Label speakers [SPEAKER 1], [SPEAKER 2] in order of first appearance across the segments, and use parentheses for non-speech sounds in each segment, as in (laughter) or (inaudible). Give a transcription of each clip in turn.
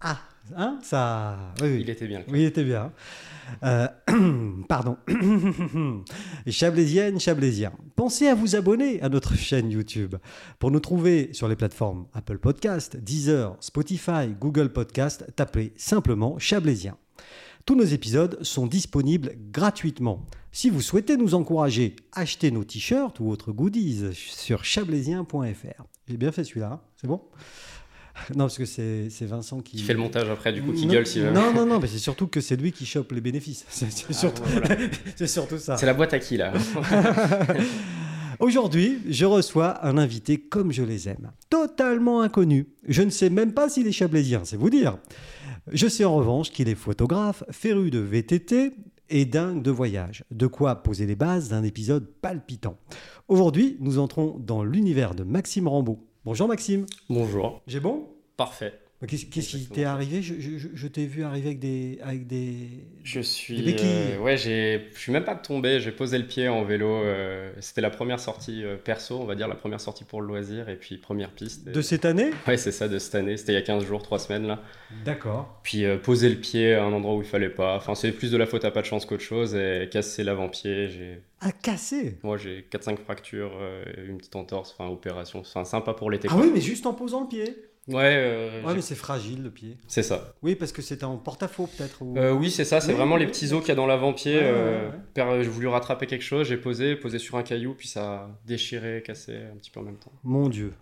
[SPEAKER 1] Ah, hein, ça. Oui, oui.
[SPEAKER 2] Il était bien. le
[SPEAKER 1] Oui, il était bien. Euh, (clears throat) pardon. (clears throat) Chablaisienne, Chablaisien. Pensez à vous abonner à notre chaîne YouTube pour nous trouver sur les plateformes Apple Podcast, Deezer, Spotify, Google Podcast. Tapez simplement Chablaisien. Tous nos épisodes sont disponibles gratuitement. Si vous souhaitez nous encourager, achetez nos t-shirts ou autres goodies sur chablaisien.fr. J'ai bien fait celui-là, hein c'est bon Non, parce que c'est c'est Vincent qui...
[SPEAKER 2] Qui fait le montage après, du coup, qui
[SPEAKER 1] Non,
[SPEAKER 2] gueule si jamais.
[SPEAKER 1] Non, non, non, mais c'est surtout que c'est lui qui chope les bénéfices. (laughs) C'est c'est surtout,
[SPEAKER 2] voilà.
[SPEAKER 1] (laughs) c'est surtout ça.
[SPEAKER 2] C'est la boîte à
[SPEAKER 1] (laughs)
[SPEAKER 2] qui là
[SPEAKER 1] Aujourd'hui, je reçois un invité comme je les aime, totalement inconnu. Je ne sais même pas s'il est chablaisien, c'est vous dire. Je sais en revanche qu'il est photographe, féru de VTT et dingue de voyage. De quoi poser les bases d'un épisode palpitant. Aujourd'hui, nous entrons dans l'univers de Maxime Rambaud. Bonjour Maxime.
[SPEAKER 2] Bonjour.
[SPEAKER 1] J'ai bon
[SPEAKER 2] Parfait.
[SPEAKER 1] Qu'est-ce qu'est-ce qui
[SPEAKER 2] Exactement.
[SPEAKER 1] t'est arrivé Je, je- je- je t'ai vu arriver avec des... Avec des...
[SPEAKER 2] Je suis.
[SPEAKER 1] Des béquilles.
[SPEAKER 2] euh, ouais, j'ai. Je suis même pas tombé. J'ai posé le pied en vélo. euh, C'était la première sortie euh, perso, on va dire, la première sortie pour le loisir et puis première piste. Et-
[SPEAKER 1] De cette année
[SPEAKER 2] Ouais, c'est ça de cette année. C'était il y a 15 jours, 3 semaines là.
[SPEAKER 1] D'accord.
[SPEAKER 2] Puis euh, poser le pied à un endroit où il fallait pas. Enfin, c'est plus de la faute à pas de chance qu'autre chose et casser l'avant-pied. J'ai.
[SPEAKER 1] Ah, cassé
[SPEAKER 2] Moi, j'ai 4-5 fractures, euh, une petite entorse, enfin, opération. Enfin, sympa pour l'été.
[SPEAKER 1] Ah
[SPEAKER 2] quoi.
[SPEAKER 1] oui, mais juste en posant le pied.
[SPEAKER 2] Ouais, euh,
[SPEAKER 1] Ouais,
[SPEAKER 2] j'ai-
[SPEAKER 1] mais c'est fragile le pied.
[SPEAKER 2] c'est ça.
[SPEAKER 1] Oui, parce que c'était en porte-à-faux peut-être. ou-
[SPEAKER 2] Euh, oui, c'est ça, c'est
[SPEAKER 1] Oui,
[SPEAKER 2] vraiment
[SPEAKER 1] oui,
[SPEAKER 2] les
[SPEAKER 1] oui.
[SPEAKER 2] petits os qu'il y a dans l'avant-pied.
[SPEAKER 1] Ouais, ouais,
[SPEAKER 2] euh,
[SPEAKER 1] ouais.
[SPEAKER 2] per- euh, J'ai voulu rattraper quelque chose, j'ai posé, posé sur un caillou, puis ça a déchiré, cassé un petit peu en même temps.
[SPEAKER 1] Mon Dieu.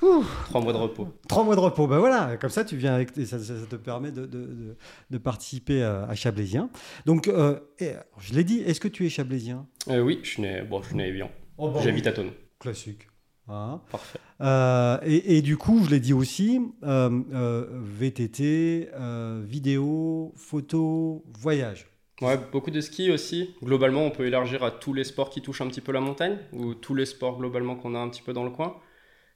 [SPEAKER 2] Trois mois de repos.
[SPEAKER 1] Trois mois de repos, ben voilà, comme ça tu viens avec, et ça, ça- ça te permet de, de- de- de participer à, à Chablaisien. Donc, euh, et, alors, je l'ai dit, est-ce que tu es Chablaisien
[SPEAKER 2] Euh, oui, je suis né, Oh, bon, je suis né bien. J'habite à Thonon.
[SPEAKER 1] Classique. Hein
[SPEAKER 2] Parfait.
[SPEAKER 1] Euh, et, et du coup, je l'ai dit aussi, euh, euh, VTT, euh, vidéo, photo, voyage.
[SPEAKER 2] Ouais, beaucoup de ski aussi. Globalement, on peut élargir à tous les sports qui touchent un petit peu la montagne, ou tous les sports globalement qu'on a un petit peu dans le coin,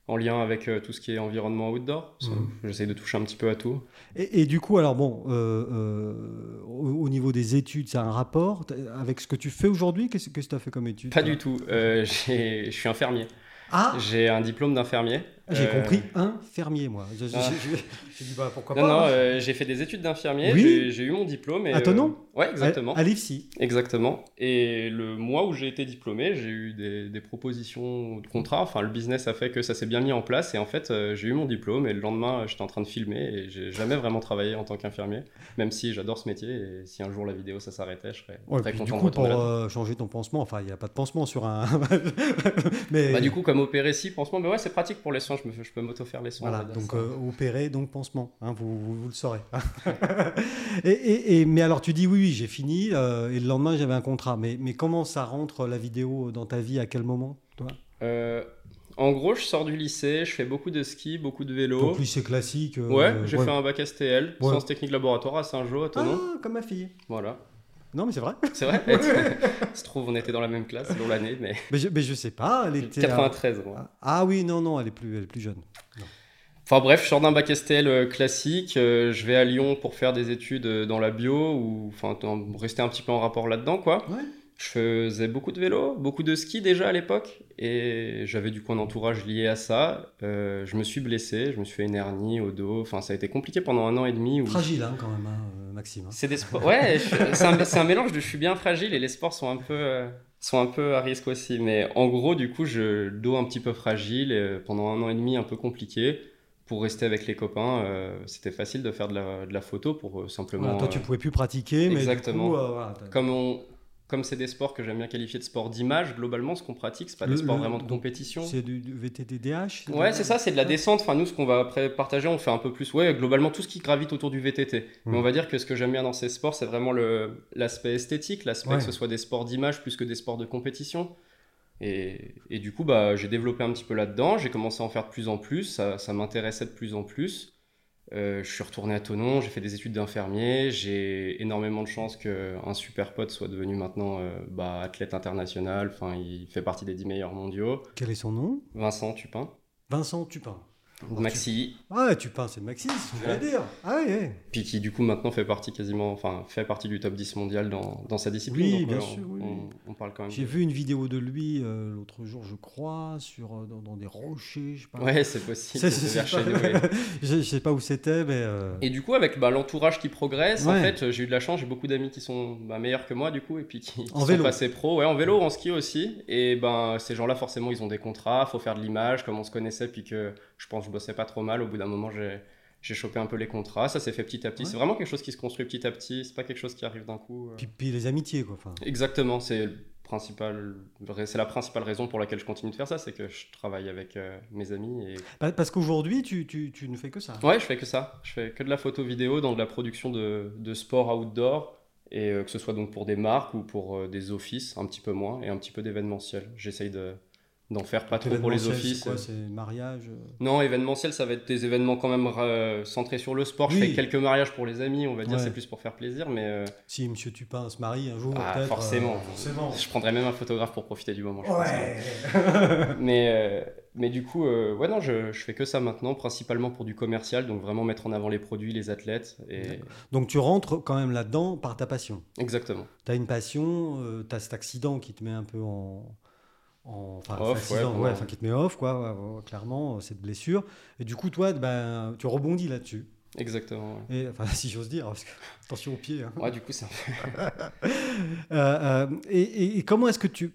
[SPEAKER 2] en lien avec euh, tout ce qui est environnement outdoor. Ça,
[SPEAKER 1] Mhm.
[SPEAKER 2] J'essaie de toucher un petit peu à tout.
[SPEAKER 1] Et, et du coup, alors bon, euh, euh, au, au niveau des études, ça a un rapport t- avec ce que tu fais aujourd'hui Qu'est-ce qu'est-ce que tu as fait comme études
[SPEAKER 2] Pas du tout. Euh, (laughs) j'ai- je suis infirmier.
[SPEAKER 1] Ah,
[SPEAKER 2] J'ai un diplôme d'infirmier.
[SPEAKER 1] J'ai
[SPEAKER 2] Euh,
[SPEAKER 1] compris un fermier, moi. Je- je-
[SPEAKER 2] Ah.
[SPEAKER 1] je- je- J'ai dit, bah, pourquoi
[SPEAKER 2] Non,
[SPEAKER 1] pas
[SPEAKER 2] non,
[SPEAKER 1] hein.
[SPEAKER 2] euh, j'ai fait des études d'infirmier,
[SPEAKER 1] Oui.
[SPEAKER 2] j'ai- j'ai eu mon diplôme. Et,
[SPEAKER 1] À Thonon
[SPEAKER 2] euh, Ouais, exactement.
[SPEAKER 1] À, à l'IFSI.
[SPEAKER 2] Exactement. Et le mois où j'ai été diplômé, j'ai eu des, des propositions de contrat. Enfin, le business a fait que ça s'est bien mis en place. Et en fait, euh, j'ai eu mon diplôme. Et le lendemain, euh, j'étais en train de filmer. Et j'ai jamais vraiment travaillé en tant qu'infirmier. Même si j'adore ce métier. Et si un jour la vidéo, ça s'arrêtait, je serais
[SPEAKER 1] Ouais,
[SPEAKER 2] très
[SPEAKER 1] puis
[SPEAKER 2] content
[SPEAKER 1] du
[SPEAKER 2] de
[SPEAKER 1] coup, pour
[SPEAKER 2] retourner là.
[SPEAKER 1] euh, changer ton pansement, enfin, il n'y a pas de pansement sur un. (laughs) Mais
[SPEAKER 2] Bah, du coup, comme opérer si, pense-moi, mais ouais, c'est pratique pour les soins. Je, me- je peux m'auto-faire les soins.
[SPEAKER 1] voilà,
[SPEAKER 2] on va dire
[SPEAKER 1] donc
[SPEAKER 2] ça.
[SPEAKER 1] euh, opérer, donc pansement, hein, vous, vous, vous le saurez. (laughs) et, et- et- mais alors, tu dis oui, oui, j'ai fini, euh, et le lendemain, j'avais un contrat. Mais, mais comment ça rentre la vidéo dans ta vie À quel moment toi
[SPEAKER 2] Euh, en gros, je sors du lycée. Je fais beaucoup de ski, beaucoup de vélo.
[SPEAKER 1] Donc, lycée classique. euh,
[SPEAKER 2] Ouais, j'ai
[SPEAKER 1] ouais.
[SPEAKER 2] fait un bac STL,
[SPEAKER 1] Ouais.
[SPEAKER 2] sciences techniques laboratoire à Saint-Jean, à Thonon.
[SPEAKER 1] Ah, comme ma fille.
[SPEAKER 2] Voilà.
[SPEAKER 1] Non, mais c'est vrai. (laughs)
[SPEAKER 2] C'est vrai Ça se trouve, on était dans la même classe, dans l'année,
[SPEAKER 1] (laughs)
[SPEAKER 2] mais.
[SPEAKER 1] mais, je, mais je sais pas, elle était. à-
[SPEAKER 2] 93, moi.
[SPEAKER 1] Ah oui, non, non, elle est plus, elle est plus jeune.
[SPEAKER 2] Enfin bref, je sors d'un bac STL euh, classique, euh, je vais à Lyon pour faire des études euh, dans la bio, ou enfin, dans- rester un petit peu en rapport là-dedans, quoi.
[SPEAKER 1] Ouais.
[SPEAKER 2] Je faisais beaucoup de vélo, beaucoup de ski déjà à l'époque, et j'avais du coup un entourage lié à ça. Euh, je me suis blessé, je me suis fait une hernie au dos, enfin, ça a été compliqué pendant un an et demi. Où
[SPEAKER 1] Fragile, hein, quand même, hein, euh, Maxime. hein.
[SPEAKER 2] C'est des sports. Ouais, je- c'est un, c'est un mélange de je suis bien fragile et les sports sont un peu, euh, sont un peu à risque aussi. Mais en gros, du coup, je dos un petit peu fragile et, euh, pendant un an et demi un peu compliqué. Pour rester avec les copains, euh, c'était facile de faire de la, de la photo pour euh, simplement.
[SPEAKER 1] Voilà, toi, tu
[SPEAKER 2] euh,
[SPEAKER 1] pouvais plus pratiquer, mais
[SPEAKER 2] exactement.
[SPEAKER 1] du coup, euh, voilà, t'as-
[SPEAKER 2] comme on. Comme c'est des sports que j'aime bien qualifier de sports d'image, globalement, ce qu'on pratique, c'est pas
[SPEAKER 1] Le-
[SPEAKER 2] des sports
[SPEAKER 1] le-
[SPEAKER 2] vraiment de
[SPEAKER 1] donc,
[SPEAKER 2] compétition.
[SPEAKER 1] c'est du, du VTTDH
[SPEAKER 2] Ouais, c'est ça, c'est de la descente. Enfin, nous, ce qu'on va après partager, on fait un peu plus. Ouais, globalement, tout ce qui gravite autour du VTT.
[SPEAKER 1] Mm.
[SPEAKER 2] Mais on va dire que ce que j'aime bien dans ces sports, c'est vraiment le- l'aspect esthétique, l'aspect
[SPEAKER 1] Ouais.
[SPEAKER 2] que ce soit des sports d'image plus que des sports de compétition. Et, et du coup, bah, j'ai développé un petit peu là-dedans. J'ai commencé à en faire de plus en plus. Ça, ça m'intéressait de plus en plus. Euh, je suis retourné à Tonon, j'ai fait des études d'infirmier. J'ai énormément de chance qu'un super pote soit devenu maintenant euh, bah, athlète international. Enfin, il fait partie des 10 meilleurs mondiaux.
[SPEAKER 1] Quel est son nom
[SPEAKER 2] Vincent Tupin.
[SPEAKER 1] Vincent Tupin.
[SPEAKER 2] de Maxi,
[SPEAKER 1] Ah, tu parles, c'est de Maxi, c'est ce que j'allais dire. Ah, ouais, ouais.
[SPEAKER 2] puis qui du coup maintenant fait partie quasiment, enfin fait partie du top 10 mondial dans, dans sa discipline.
[SPEAKER 1] Oui,
[SPEAKER 2] donc,
[SPEAKER 1] bien
[SPEAKER 2] euh,
[SPEAKER 1] sûr, oui,
[SPEAKER 2] on,
[SPEAKER 1] oui.
[SPEAKER 2] on parle quand même.
[SPEAKER 1] J'ai vu une vidéo de lui euh, l'autre jour, je crois, sur, euh, dans, dans des rochers, je sais pas.
[SPEAKER 2] Ouais, c'est (laughs) possible.
[SPEAKER 1] C'est-
[SPEAKER 2] c'est
[SPEAKER 1] c'est-
[SPEAKER 2] vers
[SPEAKER 1] c'est
[SPEAKER 2] chez
[SPEAKER 1] pas-
[SPEAKER 2] nous, ouais.
[SPEAKER 1] (laughs) je, je sais pas où c'était, mais. euh,
[SPEAKER 2] Et du coup, avec bah, l'entourage qui progresse, en
[SPEAKER 1] Ouais.
[SPEAKER 2] fait, euh, j'ai eu de la chance, j'ai beaucoup d'amis qui sont bah, meilleurs que moi, du coup, et puis qui, qui
[SPEAKER 1] En
[SPEAKER 2] sont
[SPEAKER 1] vélo.
[SPEAKER 2] passés pro, ouais, en vélo, en ski aussi. Et ben, ces gens-là, forcément, ils ont des contrats, faut faire de l'image, comme on se connaissait, puis que je pense que je bossais pas trop mal. Au bout d'un moment, j'ai j'ai chopé un peu les contrats, ça s'est fait petit à petit.
[SPEAKER 1] Ouais.
[SPEAKER 2] C'est vraiment quelque chose qui se construit petit à petit, c'est pas quelque chose qui arrive d'un coup. euh.
[SPEAKER 1] Puis, puis les amitiés, quoi. Enfin,
[SPEAKER 2] Exactement, c'est le principal, c'est la principale raison pour laquelle je continue de faire ça, c'est que je travaille avec euh, mes amis et
[SPEAKER 1] pa- parce qu'aujourd'hui, tu, tu- tu ne fais que ça.
[SPEAKER 2] Ouais, je fais que ça. Je fais que de la photo vidéo dans de la production de, de sport outdoor. Et euh, que ce soit donc pour des marques ou pour euh, des offices, un petit peu moins, et un petit peu d'événementiel. J'essaye de, d'en faire pas trop pour les
[SPEAKER 1] Événementiel,
[SPEAKER 2] offices.
[SPEAKER 1] C'est quoi, c'est mariage euh,
[SPEAKER 2] non, événementiel, ça va être des événements quand même euh, centrés sur le sport. Je
[SPEAKER 1] Oui.
[SPEAKER 2] fais quelques mariages pour les amis, on va dire,
[SPEAKER 1] Ouais.
[SPEAKER 2] c'est plus pour faire plaisir, mais euh,
[SPEAKER 1] Si Monsieur Tupin se marie un jour,
[SPEAKER 2] Ah,
[SPEAKER 1] peut-être, euh,
[SPEAKER 2] forcément.
[SPEAKER 1] forcément.
[SPEAKER 2] je prendrais même un photographe pour profiter du moment. je pense.
[SPEAKER 1] Ouais.
[SPEAKER 2] mais, euh, mais du coup, euh, ouais, non, je, je fais que ça maintenant, principalement pour du commercial, donc vraiment mettre en avant les produits, les athlètes. Et...
[SPEAKER 1] D'accord. Donc tu rentres quand même là-dedans par ta passion.
[SPEAKER 2] Exactement.
[SPEAKER 1] Tu as une passion, tu as cet accident qui te met un peu en. en- Enfin,
[SPEAKER 2] Off,
[SPEAKER 1] cet accident,
[SPEAKER 2] ouais,
[SPEAKER 1] ouais,
[SPEAKER 2] ouais.
[SPEAKER 1] enfin, qui te met off, quoi, ouais, ouais, clairement, euh, cette blessure. Et du coup, toi, ben, tu rebondis là-dessus.
[SPEAKER 2] Exactement. ouais.
[SPEAKER 1] Et, enfin, (laughs) si j'ose dire, parce que, attention aux pieds. hein.
[SPEAKER 2] Ouais, du coup, c'est un
[SPEAKER 1] Euh, euh, et, et- et comment est-ce que tu,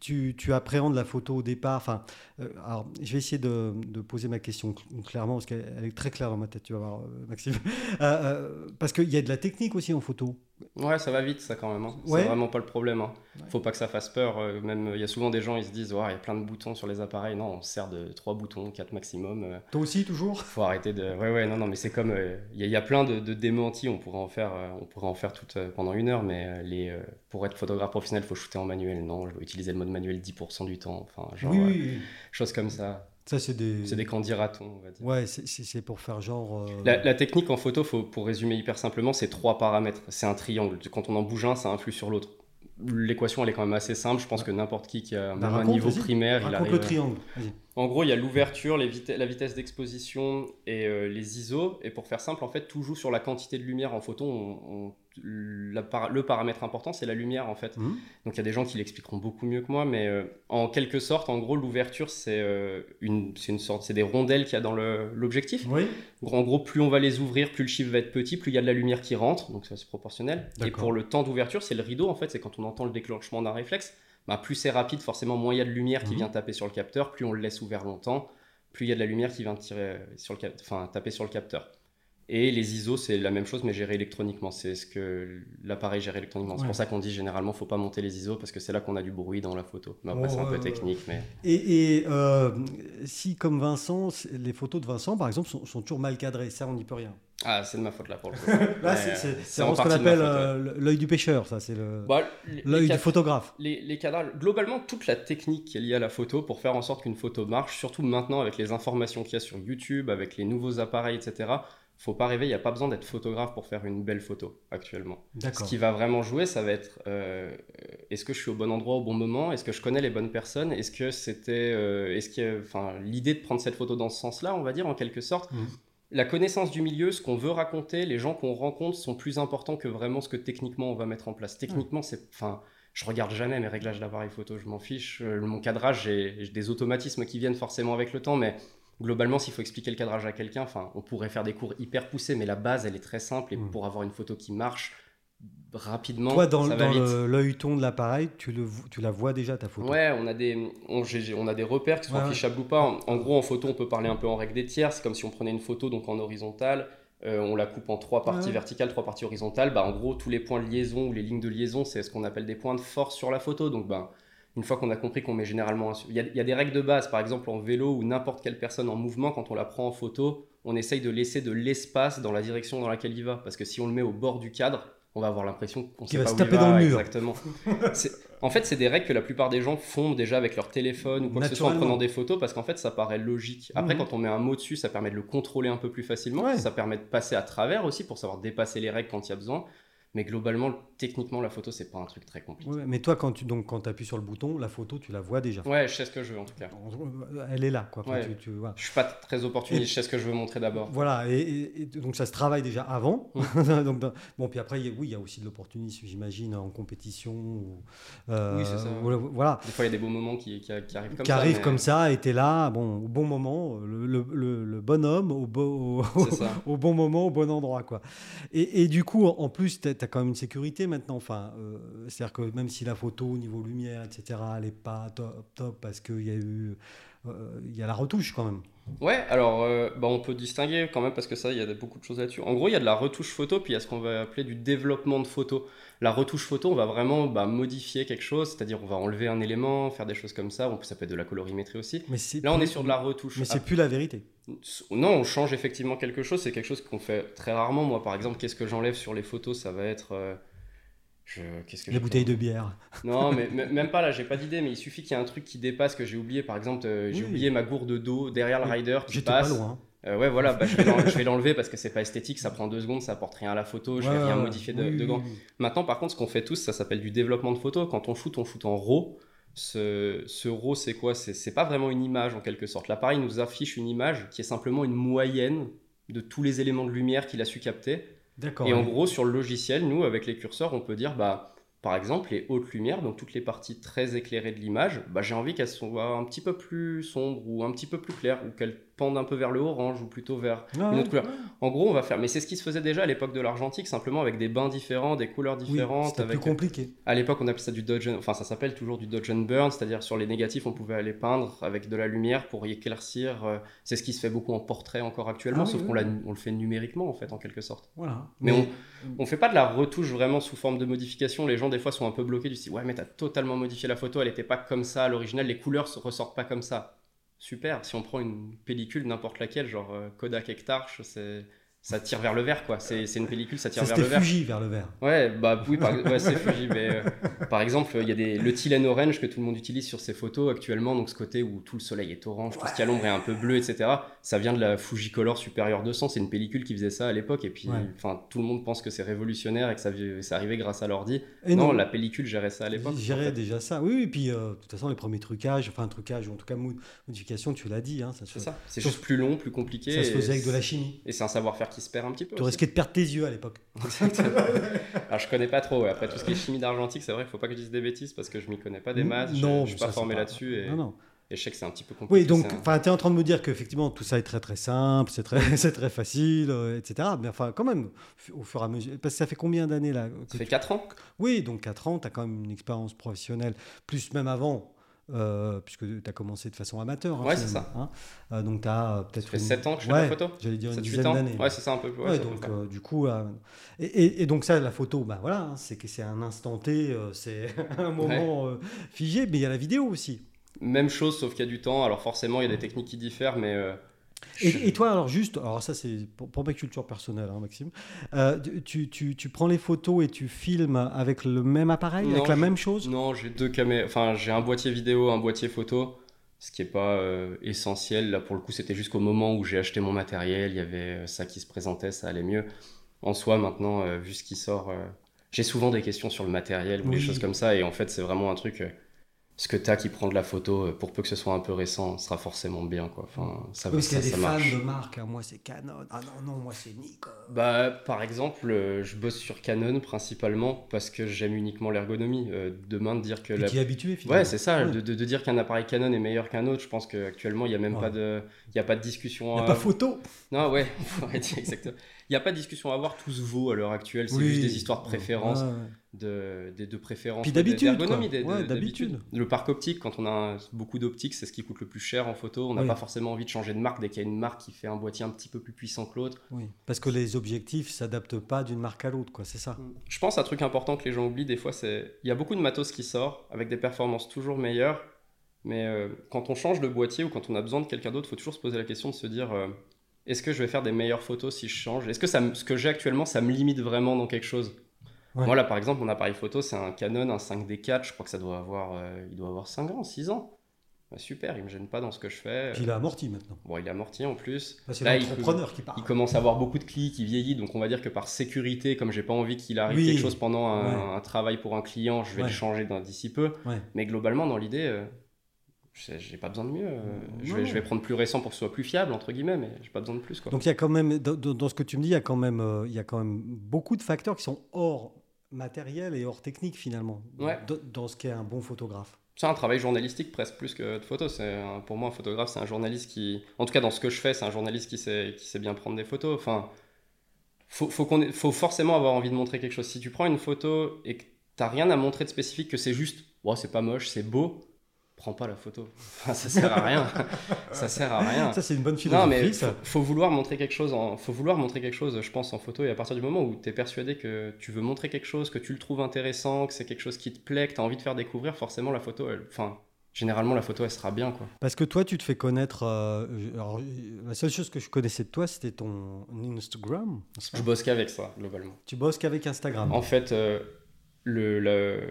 [SPEAKER 1] tu, tu appréhendes la photo au départ enfin, euh, alors, Je vais essayer de, de poser ma question cl- clairement, parce qu'elle elle est très claire dans ma tête, tu vas voir, euh, Maxime. (laughs) Euh, euh, parce qu'il y a de la technique aussi en photo.
[SPEAKER 2] Ouais, ça va vite, ça quand même. hein.
[SPEAKER 1] Ouais.
[SPEAKER 2] C'est vraiment pas le problème. hein.
[SPEAKER 1] Ouais.
[SPEAKER 2] Faut pas que ça fasse peur. euh, Même, il y a souvent des gens, ils se disent, Ouais, il y a plein de boutons sur les appareils. Non, on se sert de trois boutons, quatre maximum. euh,
[SPEAKER 1] Toi aussi, toujours
[SPEAKER 2] faut arrêter de. Ouais, ouais, non, non, mais c'est comme. euh, Il y, a- il y a plein de, de démentis. On pourrait en faire, euh, on pourrait en faire tout euh, pendant une heure, mais euh, les, euh, pour être photographe professionnel, faut shooter en manuel. Non, je dois utiliser le mode manuel 10% du temps. Enfin, genre,
[SPEAKER 1] oui,
[SPEAKER 2] euh,
[SPEAKER 1] oui, oui.
[SPEAKER 2] choses comme ça.
[SPEAKER 1] Ça, c'est des.
[SPEAKER 2] C'est des candidatons, on va dire.
[SPEAKER 1] Ouais, c'est- c'est c'est pour faire genre. euh,
[SPEAKER 2] La, la technique en photo, faut- pour résumer hyper simplement, c'est trois paramètres. C'est un triangle. Quand on en bouge un, ça influe sur l'autre. L'équation, elle est quand même assez simple. Je pense que n'importe qui qui a même un
[SPEAKER 1] Bah, raconte,
[SPEAKER 2] niveau
[SPEAKER 1] vas-y.
[SPEAKER 2] primaire, il
[SPEAKER 1] Raconte
[SPEAKER 2] arrive.
[SPEAKER 1] le triangle. Vas-y.
[SPEAKER 2] En gros, il y a l'ouverture, les vite- la vitesse d'exposition et euh, les ISO. Et pour faire simple, en fait, tout joue sur la quantité de lumière en photo. on- on- la par- le paramètre important, c'est la lumière, en fait.
[SPEAKER 1] Mhm.
[SPEAKER 2] Donc il y a des gens qui l'expliqueront beaucoup mieux que moi, mais euh, en quelque sorte, en gros, l'ouverture, c'est euh, une, c'est une sorte, c'est des rondelles qu'il y a dans le- l'objectif.
[SPEAKER 1] Oui.
[SPEAKER 2] En gros, plus on va les ouvrir, plus le chiffre va être petit, plus il y a de la lumière qui rentre, donc ça c'est proportionnel. Et
[SPEAKER 1] D'accord.
[SPEAKER 2] pour le temps d'ouverture, c'est le rideau en fait, c'est quand on entend le déclenchement d'un réflexe, bah, plus c'est rapide, forcément moins il y a de lumière qui
[SPEAKER 1] Mhm.
[SPEAKER 2] vient taper sur le capteur, plus on le laisse ouvert longtemps, plus il y a de la lumière qui vient tirer euh, sur le cap- enfin, taper sur le capteur. Et les ISO, c'est la même chose, mais géré électroniquement. C'est ce que l'appareil gère électroniquement. C'est
[SPEAKER 1] Ouais.
[SPEAKER 2] pour ça qu'on dit généralement, faut pas monter les ISO parce que c'est là qu'on a du bruit dans la photo. Mais après,
[SPEAKER 1] Ouais,
[SPEAKER 2] c'est un
[SPEAKER 1] ouais,
[SPEAKER 2] peu
[SPEAKER 1] ouais.
[SPEAKER 2] technique, mais
[SPEAKER 1] Et, et, euh, si, comme Vincent, c'est- les photos de Vincent, par exemple, sont, sont toujours mal cadrées, ça, on n'y peut rien.
[SPEAKER 2] ah, c'est de ma faute là
[SPEAKER 1] (laughs)
[SPEAKER 2] pour le coup.
[SPEAKER 1] Là,
[SPEAKER 2] Ouais,
[SPEAKER 1] c'est- c'est
[SPEAKER 2] c'est
[SPEAKER 1] c'est
[SPEAKER 2] en
[SPEAKER 1] vraiment ce qu'on
[SPEAKER 2] partie de ma
[SPEAKER 1] appelle
[SPEAKER 2] faute, ouais.
[SPEAKER 1] euh, l'œil du pêcheur, ça, c'est le-
[SPEAKER 2] Bah, les- les
[SPEAKER 1] l'œil du
[SPEAKER 2] quatre-
[SPEAKER 1] photographe.
[SPEAKER 2] Les, les cadrages, globalement, toute la technique qui est liée à la photo pour faire en sorte qu'une photo marche, surtout maintenant avec les informations qu'il y a sur YouTube, avec les nouveaux appareils, etc. Faut pas rêver, il n'y a pas besoin d'être photographe pour faire une belle photo actuellement. Ce
[SPEAKER 1] D'accord.
[SPEAKER 2] qui va vraiment jouer, ça va être euh, est-ce que je suis au bon endroit au bon moment Est-ce que je connais les bonnes personnes Est-ce que c'était. euh, Est-ce que. Enfin, l'idée de prendre cette photo dans ce sens-là, on va dire, en quelque sorte.
[SPEAKER 1] Mhm.
[SPEAKER 2] La connaissance du milieu, ce qu'on veut raconter, les gens qu'on rencontre sont plus importants que vraiment ce que techniquement on va mettre en place. Techniquement, c'est. Enfin, je regarde jamais mes réglages d'appareil photo, je m'en fiche. Euh, Mon cadrage, j'ai j'ai des automatismes qui viennent forcément avec le temps, mais. Globalement, s'il faut expliquer le cadrage à quelqu'un, enfin, on pourrait faire des cours hyper poussés, mais la base, elle est très simple. Et
[SPEAKER 1] Mhm.
[SPEAKER 2] pour avoir une photo qui marche, rapidement.
[SPEAKER 1] Toi, dans,
[SPEAKER 2] ça va
[SPEAKER 1] dans
[SPEAKER 2] vite.
[SPEAKER 1] le- l'œil ton de l'appareil, tu, le vo- tu la vois déjà, ta photo.
[SPEAKER 2] Ouais, on a des, on, j'ai- j'ai- on a des repères qui sont
[SPEAKER 1] Ouais, ouais.
[SPEAKER 2] affichables ou pas. En, en gros, en photo, on peut parler un peu en règle des tiers. C'est comme si on prenait une photo donc en horizontale. euh, on la coupe en trois parties
[SPEAKER 1] Ouais.
[SPEAKER 2] verticales, trois parties horizontales. Bah, en gros, tous les points de liaison ou les lignes de liaison, c'est ce qu'on appelle des points de force sur la photo. Donc, ben, une fois qu'on a compris qu'on met généralement. un su- Il y, a- il y a des règles de base, par exemple en vélo ou n'importe quelle personne en mouvement, quand on la prend en photo, on essaye de laisser de l'espace dans la direction dans laquelle il va. Parce que si on le met au bord du cadre, on va avoir l'impression qu'on sait
[SPEAKER 1] va
[SPEAKER 2] pas
[SPEAKER 1] se
[SPEAKER 2] où
[SPEAKER 1] taper
[SPEAKER 2] il va
[SPEAKER 1] dans le mur.
[SPEAKER 2] exactement. C'est- en fait, c'est des règles que la plupart des gens font déjà avec leur téléphone ou quoi que ce soit en
[SPEAKER 1] Naturellement.
[SPEAKER 2] prenant des photos parce qu'en fait, ça paraît logique. Après,
[SPEAKER 1] Mhm.
[SPEAKER 2] quand on met un mot dessus, ça permet de le contrôler un peu plus facilement.
[SPEAKER 1] Ouais.
[SPEAKER 2] Ça permet de passer à travers aussi pour savoir dépasser les règles quand il y a besoin. Mais globalement, techniquement, la photo, c'est pas un truc très compliqué.
[SPEAKER 1] Ouais, mais toi, quand tu donc, quand appuies sur le bouton, la photo, tu la vois déjà.
[SPEAKER 2] Ouais, je sais ce que je veux en tout cas.
[SPEAKER 1] Elle est là, quoi. Enfin,
[SPEAKER 2] Ouais.
[SPEAKER 1] tu- tu- voilà.
[SPEAKER 2] Je suis pas très opportuniste, je sais ce que je veux montrer d'abord.
[SPEAKER 1] Voilà, et, et- et donc ça se travaille déjà avant. (laughs) donc, dans- bon, puis après, il y a- oui, il y a aussi de l'opportunisme, j'imagine, en compétition. ou, euh,
[SPEAKER 2] Oui, c'est ça.
[SPEAKER 1] Voilà, voilà.
[SPEAKER 2] Des fois, il y a des beaux moments qui, qui- qui arrivent comme
[SPEAKER 1] qui
[SPEAKER 2] ça.
[SPEAKER 1] arrive
[SPEAKER 2] mais
[SPEAKER 1] comme ça, et t'es là, bon, au bon moment, le, le, le- le bon homme, au, beau, au,
[SPEAKER 2] C'est ça.
[SPEAKER 1] au bon moment, au bon endroit. quoi. Et, et du coup, en en plus, tu as, quand même une sécurité maintenant. Enfin, euh, C'est-à-dire que même si la photo au niveau lumière, etc., elle n'est pas top, top, parce qu'il y a eu. euh, Il y a la retouche quand même.
[SPEAKER 2] Ouais, alors euh, bah, on peut distinguer quand même parce que ça, il y a beaucoup de choses là-dessus. En gros, il y a de la retouche photo, puis il y a ce qu'on va appeler du développement de photo. La retouche photo, on va vraiment bah, modifier quelque chose, c'est-à-dire on va enlever un élément, faire des choses comme ça. On peut, ça peut être de la colorimétrie aussi.
[SPEAKER 1] Mais c'est
[SPEAKER 2] Là, on
[SPEAKER 1] plus-
[SPEAKER 2] est sur de la retouche. ah.
[SPEAKER 1] Mais c'est plus la vérité.
[SPEAKER 2] Non, on change effectivement quelque chose. C'est quelque chose qu'on fait très rarement. Moi, par exemple, qu'est-ce que j'enlève sur les photos Ça va être. euh, je... qu'est-ce que
[SPEAKER 1] Les
[SPEAKER 2] j'ai
[SPEAKER 1] bouteilles de bière. (laughs)
[SPEAKER 2] Non, mais m- même pas là, j'ai pas d'idée, mais il suffit qu'il y ait un truc qui dépasse que j'ai oublié. Par exemple, euh, j'ai
[SPEAKER 1] Oui.
[SPEAKER 2] oublié ma gourde d'eau derrière le
[SPEAKER 1] Oui,
[SPEAKER 2] rider qui
[SPEAKER 1] J'étais pas
[SPEAKER 2] passe.
[SPEAKER 1] loin. hein.
[SPEAKER 2] Euh, ouais, voilà, bah, je vais l'en- je vais l'enlever parce que c'est pas esthétique, ça prend deux secondes, ça apporte rien à la photo, je vais
[SPEAKER 1] Ouais,
[SPEAKER 2] rien
[SPEAKER 1] ouais,
[SPEAKER 2] modifier de,
[SPEAKER 1] oui,
[SPEAKER 2] de
[SPEAKER 1] oui,
[SPEAKER 2] grand.
[SPEAKER 1] oui.
[SPEAKER 2] Maintenant, par contre, ce qu'on fait tous, ça s'appelle du développement de photo. Quand on shoot, on shoot en RAW. Ce, ce RAW, c'est quoi C'est c'est pas vraiment une image en quelque sorte. L'appareil nous affiche une image qui est simplement une moyenne de tous les éléments de lumière qu'il a su capter.
[SPEAKER 1] D'accord.
[SPEAKER 2] Et en
[SPEAKER 1] oui.
[SPEAKER 2] gros, sur le logiciel, nous, avec les curseurs, on peut dire, bah, par exemple, les hautes lumières, donc toutes les parties très éclairées de l'image, bah, j'ai envie qu'elles soient un petit peu plus sombres ou un petit peu plus claires ou qu'elles pendent un peu vers le orange ou plutôt vers
[SPEAKER 1] Ah,
[SPEAKER 2] une autre couleur. En gros, on va faire. Mais c'est ce qui se faisait déjà à l'époque de l'argentique, simplement avec des bains différents, des couleurs
[SPEAKER 1] oui,
[SPEAKER 2] différentes.
[SPEAKER 1] c'était
[SPEAKER 2] avec... euh,
[SPEAKER 1] plus compliqué.
[SPEAKER 2] À l'époque, on appelait ça du dodge. and- Enfin, ça s'appelle toujours du dodge and burn, c'est-à-dire sur les négatifs, on pouvait aller peindre avec de la lumière pour y éclaircir. euh, C'est ce qui se fait beaucoup en portrait encore actuellement,
[SPEAKER 1] Ah oui,
[SPEAKER 2] sauf
[SPEAKER 1] oui.
[SPEAKER 2] qu'on l'a- on le fait numériquement en fait, en quelque sorte.
[SPEAKER 1] Voilà.
[SPEAKER 2] Mais On fait pas de la retouche vraiment sous forme de modification. Les gens, des fois, sont un peu bloqués du style Ouais, mais t'as totalement modifié la photo, elle était pas comme ça à l'original, les couleurs se ressortent pas comme ça. Super, si on prend une pellicule, n'importe laquelle, genre euh, Kodak Ektarch, c'est. Ça tire vers le vert, quoi. C'est c'est une pellicule, ça tire
[SPEAKER 1] Ça,
[SPEAKER 2] vers le
[SPEAKER 1] c'était
[SPEAKER 2] vert.
[SPEAKER 1] Fuji vers le vert.
[SPEAKER 2] Ouais, bah oui, par... ouais, c'est Fuji, mais euh, par exemple, il y a des... le Tylen orange que tout le monde utilise sur ses photos actuellement, donc ce côté où tout le soleil est orange, tout ce qu'il y a à l'ombre est un peu bleu, etc. Ça vient de la Fujicolor Superior 200, c'est une pellicule qui faisait ça à l'époque, et puis
[SPEAKER 1] Ouais.
[SPEAKER 2] enfin tout le monde pense que c'est révolutionnaire et que ça, vi- ça arrivait grâce à l'ordi.
[SPEAKER 1] Et
[SPEAKER 2] non, la pellicule gérait ça à l'époque.
[SPEAKER 1] Ils géraient
[SPEAKER 2] en fait.
[SPEAKER 1] déjà ça. Oui, oui, et puis euh, de toute façon, les premiers trucages, enfin trucages, ou en tout cas mod- modifications, tu l'as dit, hein, ça, se,
[SPEAKER 2] C'est ça, c'est
[SPEAKER 1] Sauf-
[SPEAKER 2] juste plus long, plus compliqué.
[SPEAKER 1] ça se
[SPEAKER 2] et
[SPEAKER 1] faisait avec de la
[SPEAKER 2] c'est-
[SPEAKER 1] chimie.
[SPEAKER 2] Et c'est un savoir-faire qui se perd un petit peu.
[SPEAKER 1] Tu
[SPEAKER 2] aussi.
[SPEAKER 1] risquais de perdre tes yeux à l'époque.
[SPEAKER 2] Exactement. (laughs) Alors je connais pas trop. ouais. Après tout ce qui est chimie d'argentique, c'est vrai qu'il faut pas que je dise des bêtises parce que je m'y connais pas des maths. je-
[SPEAKER 1] Non, mais
[SPEAKER 2] je, suis
[SPEAKER 1] ça,
[SPEAKER 2] pas
[SPEAKER 1] c'est
[SPEAKER 2] formé là-dessus et,
[SPEAKER 1] Non, non.
[SPEAKER 2] et je sais que c'est un petit peu compliqué.
[SPEAKER 1] Oui, donc,
[SPEAKER 2] c'est un-
[SPEAKER 1] enfin, tu es en train de me dire qu'effectivement, tout ça est très très simple, c'est très, (laughs) c'est très facile, euh, etc. Mais enfin, quand même, f- au fur et à mesure. Parce que ça fait combien d'années là que
[SPEAKER 2] ça fait
[SPEAKER 1] tu-
[SPEAKER 2] 4 ans.
[SPEAKER 1] Oui, donc 4 ans, tu as quand même une expérience professionnelle, plus même avant, euh, puisque tu as commencé de façon amateur.
[SPEAKER 2] Ouais, c'est
[SPEAKER 1] finalement, hein. Euh, donc tu as peut-être.
[SPEAKER 2] Ça fait
[SPEAKER 1] une-
[SPEAKER 2] 7 ans que je fais
[SPEAKER 1] ouais,
[SPEAKER 2] de la photo.
[SPEAKER 1] J'allais dire une
[SPEAKER 2] 7-8
[SPEAKER 1] dizaine
[SPEAKER 2] ans.
[SPEAKER 1] d'années.
[SPEAKER 2] Ouais, c'est ça un peu. Ouais,
[SPEAKER 1] Ouais,
[SPEAKER 2] ça peut
[SPEAKER 1] donc
[SPEAKER 2] faire.
[SPEAKER 1] euh, du coup, euh, et, et- et donc ça, la photo, bah voilà, hein, c'est que c'est un instant T, euh, c'est (laughs) un moment euh, figé, mais il y a la vidéo aussi.
[SPEAKER 2] Même chose, sauf qu'il y a du temps. Alors forcément, il y a des techniques qui diffèrent, mais. euh, je-
[SPEAKER 1] Et, et toi, alors juste, alors ça c'est pour, pour ma culture personnelle, hein, Maxime, euh, tu, tu- tu prends les photos et tu filmes avec le même appareil,
[SPEAKER 2] Non,
[SPEAKER 1] avec la
[SPEAKER 2] je-
[SPEAKER 1] même chose
[SPEAKER 2] Non, j'ai deux caméras. Enfin, j'ai un boîtier vidéo, un boîtier photo, ce qui est pas euh, essentiel. Là, pour le coup, c'était jusqu'au moment où j'ai acheté mon matériel. Il y avait euh, ça qui se présentait, ça allait mieux. En soi, maintenant, euh, vu ce qui sort, euh, j'ai souvent des questions sur le matériel ou
[SPEAKER 1] Oui.
[SPEAKER 2] des choses comme ça. Et en fait, c'est vraiment un truc. euh, ce que t'as qui prend de la photo, euh, pour peu que ce soit un peu récent, sera forcément bien, quoi. Enfin, ça,
[SPEAKER 1] Oui, Parce qu'il y
[SPEAKER 2] ça,
[SPEAKER 1] a des
[SPEAKER 2] ça
[SPEAKER 1] fans
[SPEAKER 2] marche.
[SPEAKER 1] de marque, hein, moi c'est Canon, ah non, non, moi c'est Nikon.
[SPEAKER 2] Bah, par exemple, euh, je bosse sur Canon principalement parce que j'aime uniquement l'ergonomie. Euh, demain, de dire que
[SPEAKER 1] Et
[SPEAKER 2] la
[SPEAKER 1] qui est habitué finalement.
[SPEAKER 2] Ouais, c'est ça,
[SPEAKER 1] Ouais.
[SPEAKER 2] De, de- de dire qu'un appareil Canon est meilleur qu'un autre, je pense qu'actuellement, il n'y a même
[SPEAKER 1] Ouais.
[SPEAKER 2] pas, de, il y a pas de discussion
[SPEAKER 1] Il n'y a
[SPEAKER 2] à
[SPEAKER 1] pas photo
[SPEAKER 2] Non, ouais, (laughs) on pourrait dire exactement. Il n'y a pas de discussion à avoir, tout se vaut à l'heure actuelle, c'est
[SPEAKER 1] Oui.
[SPEAKER 2] juste des histoires de préférence,
[SPEAKER 1] Ouais, ouais.
[SPEAKER 2] de, des- de préférences,
[SPEAKER 1] Puis
[SPEAKER 2] des-
[SPEAKER 1] d'habitude,
[SPEAKER 2] d'ergonomie,
[SPEAKER 1] quoi.
[SPEAKER 2] des- des-
[SPEAKER 1] Ouais,
[SPEAKER 2] d'habitude. Le parc optique, quand on a un- beaucoup d'optiques, c'est ce qui coûte le plus cher en photo, on n'a
[SPEAKER 1] Oui.
[SPEAKER 2] pas forcément envie de changer de marque dès qu'il y a une marque qui fait un boîtier un petit peu plus puissant que l'autre.
[SPEAKER 1] Oui, Parce que les objectifs s'adaptent pas d'une marque à l'autre, quoi, c'est ça.
[SPEAKER 2] Je pense un truc important que les gens oublient des fois, c'est il y a beaucoup de matos qui sort avec des performances toujours meilleures, mais euh, quand on change de boîtier ou quand on a besoin de quelqu'un d'autre, faut toujours se poser la question de se dire euh, est-ce que je vais faire des meilleures photos si je change Est-ce que ça, me- ce que j'ai actuellement, ça me limite vraiment dans quelque chose
[SPEAKER 1] Ouais.
[SPEAKER 2] Moi là, par exemple, mon appareil photo, c'est un Canon, un 5D4, je crois que ça doit avoir, euh, il doit avoir 5 ans, 6 ans. Bah, super, il me gêne pas dans ce que je fais.
[SPEAKER 1] Puis il a amorti maintenant.
[SPEAKER 2] Bon, il est amorti en plus.
[SPEAKER 1] Bah, c'est
[SPEAKER 2] Là, il peut-
[SPEAKER 1] l'entrepreneur qui parle.
[SPEAKER 2] Il commence à avoir beaucoup de clients qui vieillissent, donc on va dire que par sécurité, comme j'ai pas envie qu'il arrive
[SPEAKER 1] Oui.
[SPEAKER 2] quelque chose pendant un,
[SPEAKER 1] Ouais.
[SPEAKER 2] un travail pour un client, je vais
[SPEAKER 1] Ouais.
[SPEAKER 2] le changer d'un- d'ici peu.
[SPEAKER 1] Ouais.
[SPEAKER 2] Mais globalement, dans l'idée, euh, je- j'ai pas besoin de mieux. euh, je,
[SPEAKER 1] Non,
[SPEAKER 2] vais,
[SPEAKER 1] non.
[SPEAKER 2] je vais prendre plus récent pour que ce soit plus fiable, entre guillemets, mais j'ai pas besoin de plus. Quoi.
[SPEAKER 1] Donc il y a quand même, dans, dans- dans ce que tu me dis, il y, a quand même, euh, il y a quand même beaucoup de facteurs qui sont hors matériel et hors technique finalement,
[SPEAKER 2] Ouais.
[SPEAKER 1] dans, dans ce qu'est un bon photographe.
[SPEAKER 2] C'est un travail journalistique presque plus que de photo. C'est un- pour moi, un photographe, c'est un journaliste qui, en tout cas dans ce que je fais, c'est un journaliste qui sait, qui sait bien prendre des photos. Enfin, faut, faut, qu'on ait- faut forcément avoir envie de montrer quelque chose. Si tu prends une photo et que t'as rien à montrer de spécifique, que c'est juste, ouais, c'est pas moche, c'est beau, prends pas la photo. Enfin, ça sert à rien. ça sert à Ah, rien.
[SPEAKER 1] Ça, c'est une bonne
[SPEAKER 2] Non
[SPEAKER 1] philosophie.
[SPEAKER 2] mais faut,
[SPEAKER 1] ça.
[SPEAKER 2] faut vouloir montrer quelque chose, en, faut vouloir montrer quelque chose, je pense en photo et à partir du moment où tu es persuadé que tu veux montrer quelque chose, que tu le trouves intéressant, que c'est quelque chose qui te plaît, que tu as envie de faire découvrir, forcément la photo, elle- enfin généralement la photo elle sera bien quoi.
[SPEAKER 1] Parce que toi, tu te fais connaître. euh, je- alors, euh, la seule chose que je connaissais de toi, c'était ton Instagram. n'est-ce pas
[SPEAKER 2] Je bosse qu'avec ça globalement.
[SPEAKER 1] Tu bosses qu'avec Instagram.
[SPEAKER 2] En fait euh, le, le-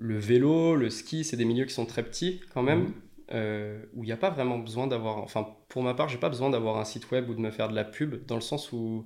[SPEAKER 2] le vélo, le ski, c'est des milieux qui sont très petits quand même.
[SPEAKER 1] Mhm.
[SPEAKER 2] euh, où il n'y a pas vraiment besoin d'avoir, enfin pour ma part, j'ai pas besoin d'avoir un site web ou de me faire de la pub, dans le sens où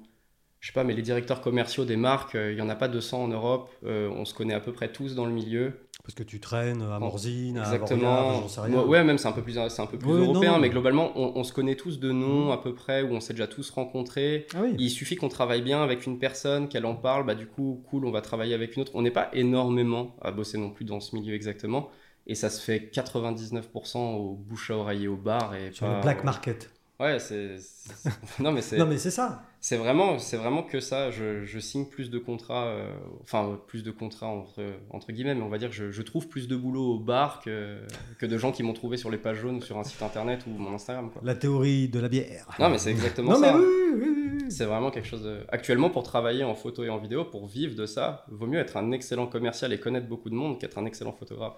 [SPEAKER 2] je sais pas, mais les directeurs commerciaux des marques, euh, il y n'y en a pas 200 en Europe, euh, on se connaît à peu près tous dans le milieu.
[SPEAKER 1] Parce que tu traînes à Morzine, à Avoriaz,
[SPEAKER 2] Exactement.
[SPEAKER 1] j'en sais rien.
[SPEAKER 2] Ouais, ouais, même c'est un peu plus, c'est un peu plus
[SPEAKER 1] Ouais, non,
[SPEAKER 2] européen,
[SPEAKER 1] non. Mhm.
[SPEAKER 2] mais globalement, on, on se connaît tous de nom à peu près, où on s'est déjà tous rencontrés.
[SPEAKER 1] Ah oui.
[SPEAKER 2] Il suffit qu'on travaille bien avec une personne, qu'elle en parle, bah du coup, cool, on va travailler avec une autre. On n'est pas énormément à bosser non plus dans ce milieu exactement. Et ça se fait 99% au bouche à oreille et au bar. Et
[SPEAKER 1] Sur
[SPEAKER 2] pas-
[SPEAKER 1] le black market.
[SPEAKER 2] Ouais, c'est. c'est- (laughs) non, mais c'est.
[SPEAKER 1] Non, mais c'est ça.
[SPEAKER 2] C'est vraiment, c'est vraiment que ça. Je, je signe plus de contrats, euh, enfin euh, plus de contrats entre, entre guillemets, mais on va dire que je, je trouve plus de boulot au bar que, que de gens qui m'ont trouvé sur les pages jaunes ou sur un site internet ou mon Instagram. Quoi.
[SPEAKER 1] La théorie de la bière.
[SPEAKER 2] Non, mais c'est exactement
[SPEAKER 1] Non, mais
[SPEAKER 2] ça.
[SPEAKER 1] oui, oui, oui, oui.
[SPEAKER 2] C'est vraiment quelque chose. de- Actuellement, pour travailler en photo et en vidéo, pour vivre de ça, vaut mieux être un excellent commercial et connaître beaucoup de monde qu'être un excellent
[SPEAKER 1] (laughs)
[SPEAKER 2] photographe.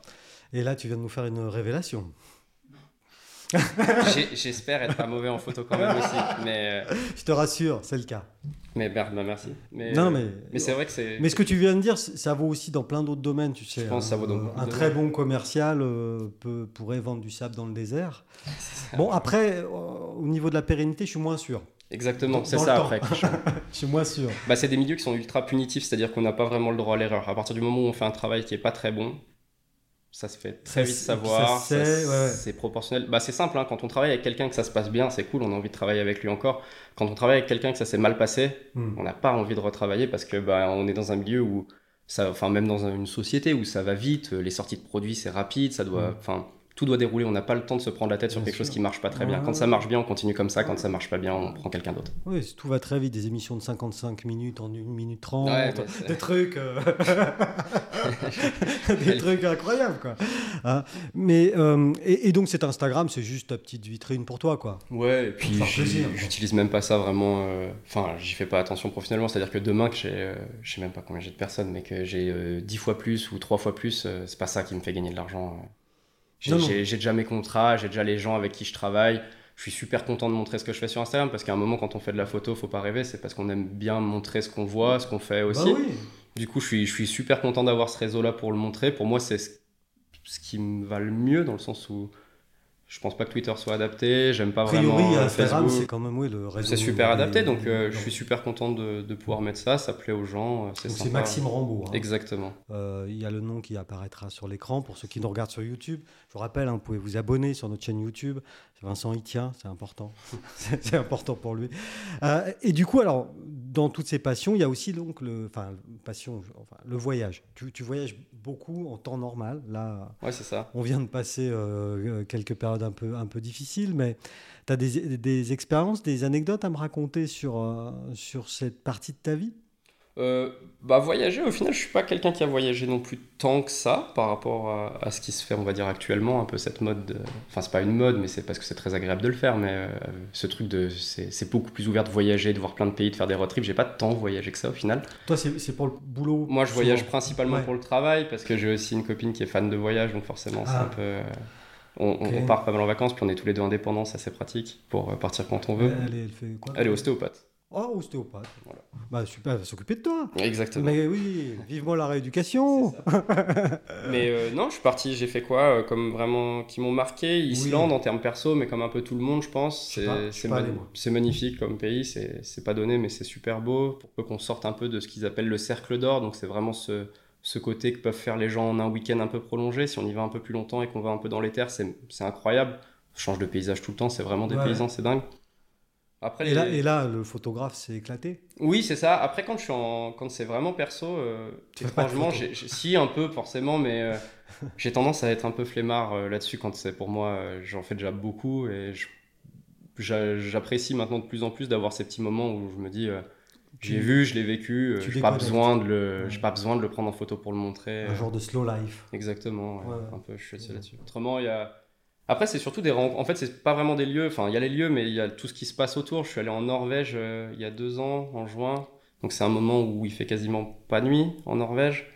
[SPEAKER 1] Et là, tu viens de nous faire une révélation.
[SPEAKER 2] J'ai- J'espère être pas mauvais en photo quand même aussi, mais euh,
[SPEAKER 1] Je te rassure, c'est le cas.
[SPEAKER 2] mais merde, bah, merci. Mais, euh,
[SPEAKER 1] non, mais.
[SPEAKER 2] mais c'est vrai que c'est.
[SPEAKER 1] Mais ce que tu viens de dire, c- ça vaut aussi dans plein d'autres domaines, tu sais.
[SPEAKER 2] Je pense que ça vaut dans
[SPEAKER 1] Euh,
[SPEAKER 2] beaucoup de
[SPEAKER 1] Un très bon commercial euh, peut, pourrait vendre du sable dans le désert.
[SPEAKER 2] Ah
[SPEAKER 1] Bon, après, euh, au niveau de la pérennité, je suis moins sûr.
[SPEAKER 2] Exactement,
[SPEAKER 1] Dans-
[SPEAKER 2] c'est
[SPEAKER 1] dans
[SPEAKER 2] ça
[SPEAKER 1] le temps. (laughs)
[SPEAKER 2] après. qui
[SPEAKER 1] Je suis moins
[SPEAKER 2] (laughs)
[SPEAKER 1] sûr.
[SPEAKER 2] Bah, c'est des milieux qui sont ultra punitifs, c'est-à-dire qu'on n'a pas vraiment le droit à l'erreur. À partir du moment où on fait un travail qui est pas très bon, ça se fait
[SPEAKER 1] Ça
[SPEAKER 2] très vite
[SPEAKER 1] se-
[SPEAKER 2] savoir,
[SPEAKER 1] ça se
[SPEAKER 2] ça-
[SPEAKER 1] sait, ouais, ouais.
[SPEAKER 2] c'est proportionnel. Bah, c'est simple, hein, quand on travaille avec quelqu'un que ça se passe bien, c'est cool, on a envie de travailler avec lui encore. Quand on travaille avec quelqu'un que ça s'est mal passé,
[SPEAKER 1] Hmm.
[SPEAKER 2] on n'a pas envie de retravailler parce que bah, on est dans un milieu où, ça, enfin même dans une société où ça va vite, les sorties de produits c'est rapide, ça doit, enfin tout doit dérouler, on n'a pas le temps de se prendre la tête sur
[SPEAKER 1] Mm. Bien
[SPEAKER 2] quelque
[SPEAKER 1] sûr.
[SPEAKER 2] chose qui marche pas très bien.
[SPEAKER 1] Ouais.
[SPEAKER 2] Quand ça marche bien, on continue comme ça, quand ça marche pas bien, on prend quelqu'un d'autre.
[SPEAKER 1] Oui, c- tout va très vite. Des émissions de 55 minutes en 1 minute 30.
[SPEAKER 2] Ouais, mais c'est-
[SPEAKER 1] des trucs.
[SPEAKER 2] (laughs)
[SPEAKER 1] euh, (laughs) des trucs incroyables, quoi. Hein, mais, euh, et, et donc, cet Instagram, c'est juste ta petite vitrine pour toi, quoi.
[SPEAKER 2] Ouais, et puis
[SPEAKER 1] Faire
[SPEAKER 2] j'y-
[SPEAKER 1] plaisir.
[SPEAKER 2] j'utilise même pas ça vraiment. euh, Enfin, j'y fais pas attention professionnellement. C'est-à-dire que demain, que j'ai, euh, je sais même pas combien j'ai de personnes, mais que j'ai euh, 10 fois plus ou 3 fois plus, euh, c'est pas ça qui me fait gagner de l'argent. euh, J'ai
[SPEAKER 1] Non, non.
[SPEAKER 2] j'ai- j'ai déjà mes contrats, j'ai déjà les gens avec qui je travaille. Je suis super content de montrer ce que je fais sur Instagram parce qu'à un moment, quand on fait de la photo, faut pas rêver, c'est parce qu'on aime bien montrer ce qu'on voit, ce qu'on fait aussi.
[SPEAKER 1] Bah oui.
[SPEAKER 2] Du coup, je suis, je suis super content d'avoir ce réseau-là pour le montrer. Pour moi, c'est ce, ce qui me va le mieux dans le sens où je pense pas que Twitter soit adapté. J'aime pas
[SPEAKER 1] A priori,
[SPEAKER 2] vraiment euh,
[SPEAKER 1] Instagram, c'est
[SPEAKER 2] Facebook.
[SPEAKER 1] quand même oui, le réseau.
[SPEAKER 2] C'est super
[SPEAKER 1] des-
[SPEAKER 2] adapté, donc euh, je
[SPEAKER 1] des-
[SPEAKER 2] suis super content de, de pouvoir mettre ça. Ça plaît aux gens. euh, C'est
[SPEAKER 1] Donc, C'est
[SPEAKER 2] sympa.
[SPEAKER 1] Maxime Rambaud. hein.
[SPEAKER 2] Exactement.
[SPEAKER 1] Euh, il y a le nom qui apparaîtra sur l'écran pour ceux qui nous regardent sur YouTube. Je vous rappelle, hein, vous pouvez vous abonner sur notre chaîne YouTube. C'est Vincent Itien, c'est important. (laughs) c'est c'est important pour lui. Euh, et du coup, alors, dans toutes ces passions, il y a aussi donc le, enfin, passion, enfin, le voyage. Tu, tu voyages beaucoup en temps normal. Là,
[SPEAKER 2] Ouais, c'est ça.
[SPEAKER 1] on vient de passer euh, quelques périodes un peu, un peu difficiles, mais tu as des, des expériences, des anecdotes à me raconter sur, euh, sur cette partie de ta vie
[SPEAKER 2] Euh, bah voyager, au final, je suis pas quelqu'un qui a voyagé non plus tant que ça par rapport à, à ce qui se fait, on va dire actuellement, un peu cette mode. de- Enfin, c'est pas une mode, mais c'est parce que c'est très agréable de le faire. Mais euh, ce truc de, c'est c'est beaucoup plus ouvert de voyager, de voir plein de pays, de faire des road trips. J'ai pas tant voyagé que ça au final.
[SPEAKER 1] Toi, c'est c'est pour le boulot
[SPEAKER 2] Moi, je
[SPEAKER 1] souvent.
[SPEAKER 2] voyage principalement
[SPEAKER 1] Ouais.
[SPEAKER 2] pour le travail parce que j'ai aussi une copine qui est fan de voyage, donc forcément, c'est
[SPEAKER 1] Ah.
[SPEAKER 2] un peu. euh, On, on-
[SPEAKER 1] Ok.
[SPEAKER 2] on part pas mal en vacances, puis on est tous les deux indépendants, ça c'est pratique pour euh, partir quand on veut.
[SPEAKER 1] Elle, est- elle fait quoi
[SPEAKER 2] Elle est ostéopathe.
[SPEAKER 1] Oh, ostéopathe.
[SPEAKER 2] Voilà.
[SPEAKER 1] Bah, super, elle va s'occuper de toi.
[SPEAKER 2] Exactement.
[SPEAKER 1] Mais oui, vivement la rééducation. (laughs)
[SPEAKER 2] Mais euh, non, je suis parti, j'ai fait quoi euh, comme vraiment qui m'ont marqué Islande en termes perso, mais comme un peu tout le monde, je pense.
[SPEAKER 1] Je sais pas, je
[SPEAKER 2] C'est
[SPEAKER 1] suis
[SPEAKER 2] c'est
[SPEAKER 1] pas
[SPEAKER 2] ma-
[SPEAKER 1] allé, moi.
[SPEAKER 2] c'est magnifique comme pays, c'est c'est pas donné, mais c'est super beau. Pour peu qu'on sorte un peu de ce qu'ils appellent le cercle d'or, donc c'est vraiment ce, ce côté que peuvent faire les gens en un week-end un peu prolongé. Si on y va un peu plus longtemps et qu'on va un peu dans les terres, c'est c'est incroyable. On change de paysage tout le temps, c'est vraiment des
[SPEAKER 1] Ouais.
[SPEAKER 2] paysans, c'est dingue. Après,
[SPEAKER 1] Et là,
[SPEAKER 2] les-
[SPEAKER 1] et là, le photographe s'est éclaté.
[SPEAKER 2] oui, c'est ça. Après, quand je suis en... quand c'est vraiment perso, euh,
[SPEAKER 1] Tu fais pas de
[SPEAKER 2] étrangement,
[SPEAKER 1] photos.
[SPEAKER 2] j'ai- j'ai- si un peu forcément, mais
[SPEAKER 1] (laughs)
[SPEAKER 2] euh, j'ai tendance à être un peu flemmard euh, là-dessus quand c'est pour moi. euh, J'en fais déjà beaucoup et je- j'a- j'apprécie maintenant de plus en plus d'avoir ces petits moments où je me dis, euh, j'ai
[SPEAKER 1] Tu-
[SPEAKER 2] vu, je l'ai vécu, euh,
[SPEAKER 1] tu
[SPEAKER 2] j'ai pas
[SPEAKER 1] déconnectes.
[SPEAKER 2] besoin de le,
[SPEAKER 1] Ouais.
[SPEAKER 2] j'ai pas besoin de le prendre en photo pour le montrer.
[SPEAKER 1] Un genre de slow life.
[SPEAKER 2] Exactement, ouais.
[SPEAKER 1] Ouais, ouais.
[SPEAKER 2] un peu je suis assez
[SPEAKER 1] Ouais.
[SPEAKER 2] là-dessus. Autrement, il y a après c'est surtout des rencontres. En fait, c'est pas vraiment des lieux, enfin, il y a les lieux mais il y a tout ce qui se passe autour. Je suis allé en Norvège euh, il y a deux ans en juin. Donc c'est un moment où il fait quasiment pas nuit en Norvège,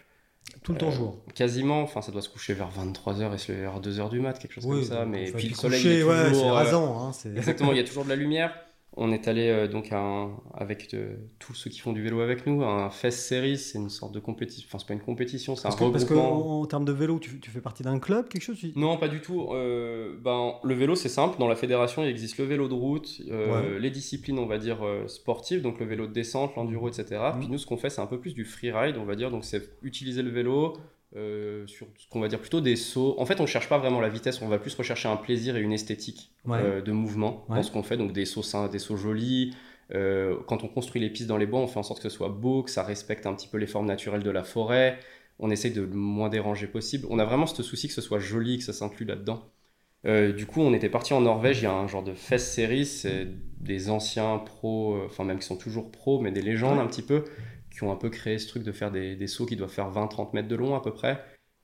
[SPEAKER 2] euh,
[SPEAKER 1] Tout le temps jour.
[SPEAKER 2] quasiment, enfin ça doit se coucher vers 23h et se lever vers 2h du mat, quelque chose comme ça,
[SPEAKER 1] donc,
[SPEAKER 2] mais
[SPEAKER 1] enfin,
[SPEAKER 2] puis
[SPEAKER 1] tu
[SPEAKER 2] le soleil il
[SPEAKER 1] couchais,
[SPEAKER 2] est
[SPEAKER 1] ouais,
[SPEAKER 2] toujours,
[SPEAKER 1] c'est
[SPEAKER 2] euh,
[SPEAKER 1] rasant. hein, c'est-
[SPEAKER 2] (laughs) Exactement, il y a toujours de la lumière. On est allé euh, donc à un- avec euh, tous ceux qui font du vélo avec nous à un Fest Series, c'est une sorte de compétition, enfin c'est pas une compétition, c'est un
[SPEAKER 1] Parce que, parce que
[SPEAKER 2] regroupement.
[SPEAKER 1] en, en termes de vélo, tu, tu fais partie d'un club, quelque chose tu-
[SPEAKER 2] Non, pas du tout. Euh, ben, le vélo, c'est simple. Dans la fédération, il existe le vélo de route, euh, les disciplines, on va dire, euh, sportives, donc le vélo de descente, l'enduro, etc.
[SPEAKER 1] Mhm.
[SPEAKER 2] Puis nous, ce qu'on fait, c'est un peu plus du freeride, on va dire. Donc, c'est utiliser le vélo euh, sur ce qu'on va dire plutôt des sauts. En fait, on cherche pas vraiment la vitesse, on va plus rechercher un plaisir et une esthétique
[SPEAKER 1] Ouais.
[SPEAKER 2] euh, de mouvement
[SPEAKER 1] Ouais.
[SPEAKER 2] dans ce qu'on fait. Donc, des sauts sains, des sauts jolis. Euh, quand on construit les pistes dans les bois, on fait en sorte que ce soit beau, que ça respecte un petit peu les formes naturelles de la forêt on essaye de le moins déranger possible. On a vraiment ce souci que ce soit joli, que ça s'inclut là-dedans. Euh, du coup, on était parti en Norvège, il y a un genre de fest series, c'est des anciens pros, euh, enfin même qui sont toujours pros, mais des légendes un petit peu, qui ont un peu créé ce truc de faire des, des sauts qui doivent faire 20-30 mètres de long à peu près.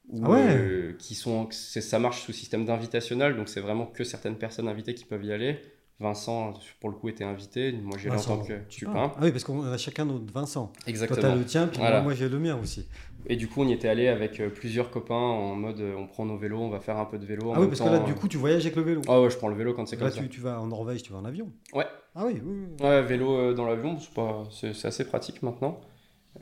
[SPEAKER 2] Ou,
[SPEAKER 1] Ah ouais.
[SPEAKER 2] euh, qui sont, c'est- ça marche sous système d'invitationnel, donc c'est vraiment que certaines personnes invitées qui peuvent y aller. Vincent, pour le coup, était invité. Moi, j'y allais en
[SPEAKER 1] Vincent,
[SPEAKER 2] tant que
[SPEAKER 1] Ah.
[SPEAKER 2] Tupin.
[SPEAKER 1] Ah oui, parce qu'on a chacun notre Vincent.
[SPEAKER 2] Exactement.
[SPEAKER 1] Toi, t'as le tien, puis moi,
[SPEAKER 2] Voilà.
[SPEAKER 1] moi, j'ai le mien aussi.
[SPEAKER 2] Et du coup, on y était allé avec euh, plusieurs copains en mode euh, on prend nos vélos, on va faire un peu de vélo.
[SPEAKER 1] ah
[SPEAKER 2] en
[SPEAKER 1] oui,
[SPEAKER 2] même
[SPEAKER 1] parce
[SPEAKER 2] temps,
[SPEAKER 1] que là, du
[SPEAKER 2] euh.
[SPEAKER 1] coup, tu voyages avec le vélo.
[SPEAKER 2] Ah ouais, je prends le vélo quand c'est comme
[SPEAKER 1] là,
[SPEAKER 2] ça.
[SPEAKER 1] tu, tu vas en Norvège, tu vas en avion.
[SPEAKER 2] Ouais.
[SPEAKER 1] Ah oui, oui, oui.
[SPEAKER 2] Ouais, vélo euh, dans l'avion, c'est pas... c'est c'est assez pratique maintenant.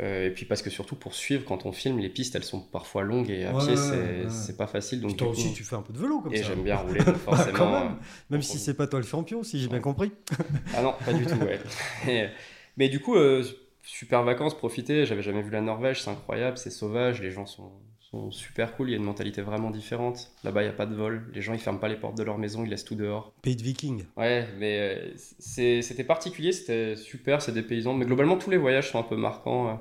[SPEAKER 2] Euh, et puis parce que surtout pour suivre quand on filme, les pistes elles sont parfois longues et à
[SPEAKER 1] Ouais,
[SPEAKER 2] pied
[SPEAKER 1] ouais,
[SPEAKER 2] c'est
[SPEAKER 1] ouais.
[SPEAKER 2] c'est pas facile. Donc
[SPEAKER 1] Puis toi
[SPEAKER 2] du coup-
[SPEAKER 1] aussi, tu fais un peu de vélo comme
[SPEAKER 2] Et
[SPEAKER 1] ça. (laughs)
[SPEAKER 2] j'aime bien rouler, donc
[SPEAKER 1] Bah,
[SPEAKER 2] forcément.
[SPEAKER 1] quand même,
[SPEAKER 2] euh,
[SPEAKER 1] même
[SPEAKER 2] pour
[SPEAKER 1] si
[SPEAKER 2] le-
[SPEAKER 1] c'est pas toi le champion, si j'ai bien
[SPEAKER 2] Ouais.
[SPEAKER 1] compris.
[SPEAKER 2] Ah non, pas du tout,
[SPEAKER 1] (laughs)
[SPEAKER 2] ouais. Et- mais du coup, euh, super vacances, profiter. J'avais jamais vu la Norvège, c'est incroyable, c'est sauvage, les gens sont, sont super cool, il y a une mentalité vraiment différente. Là-bas, il n'y a pas de vol, les gens ils ferment pas les portes de leur maison, ils laissent tout dehors.
[SPEAKER 1] Pays de Viking.
[SPEAKER 2] Ouais, mais euh, c'est- c'était particulier, c'était super, c'est des paysans. Mais globalement, tous les voyages sont un peu marquants euh,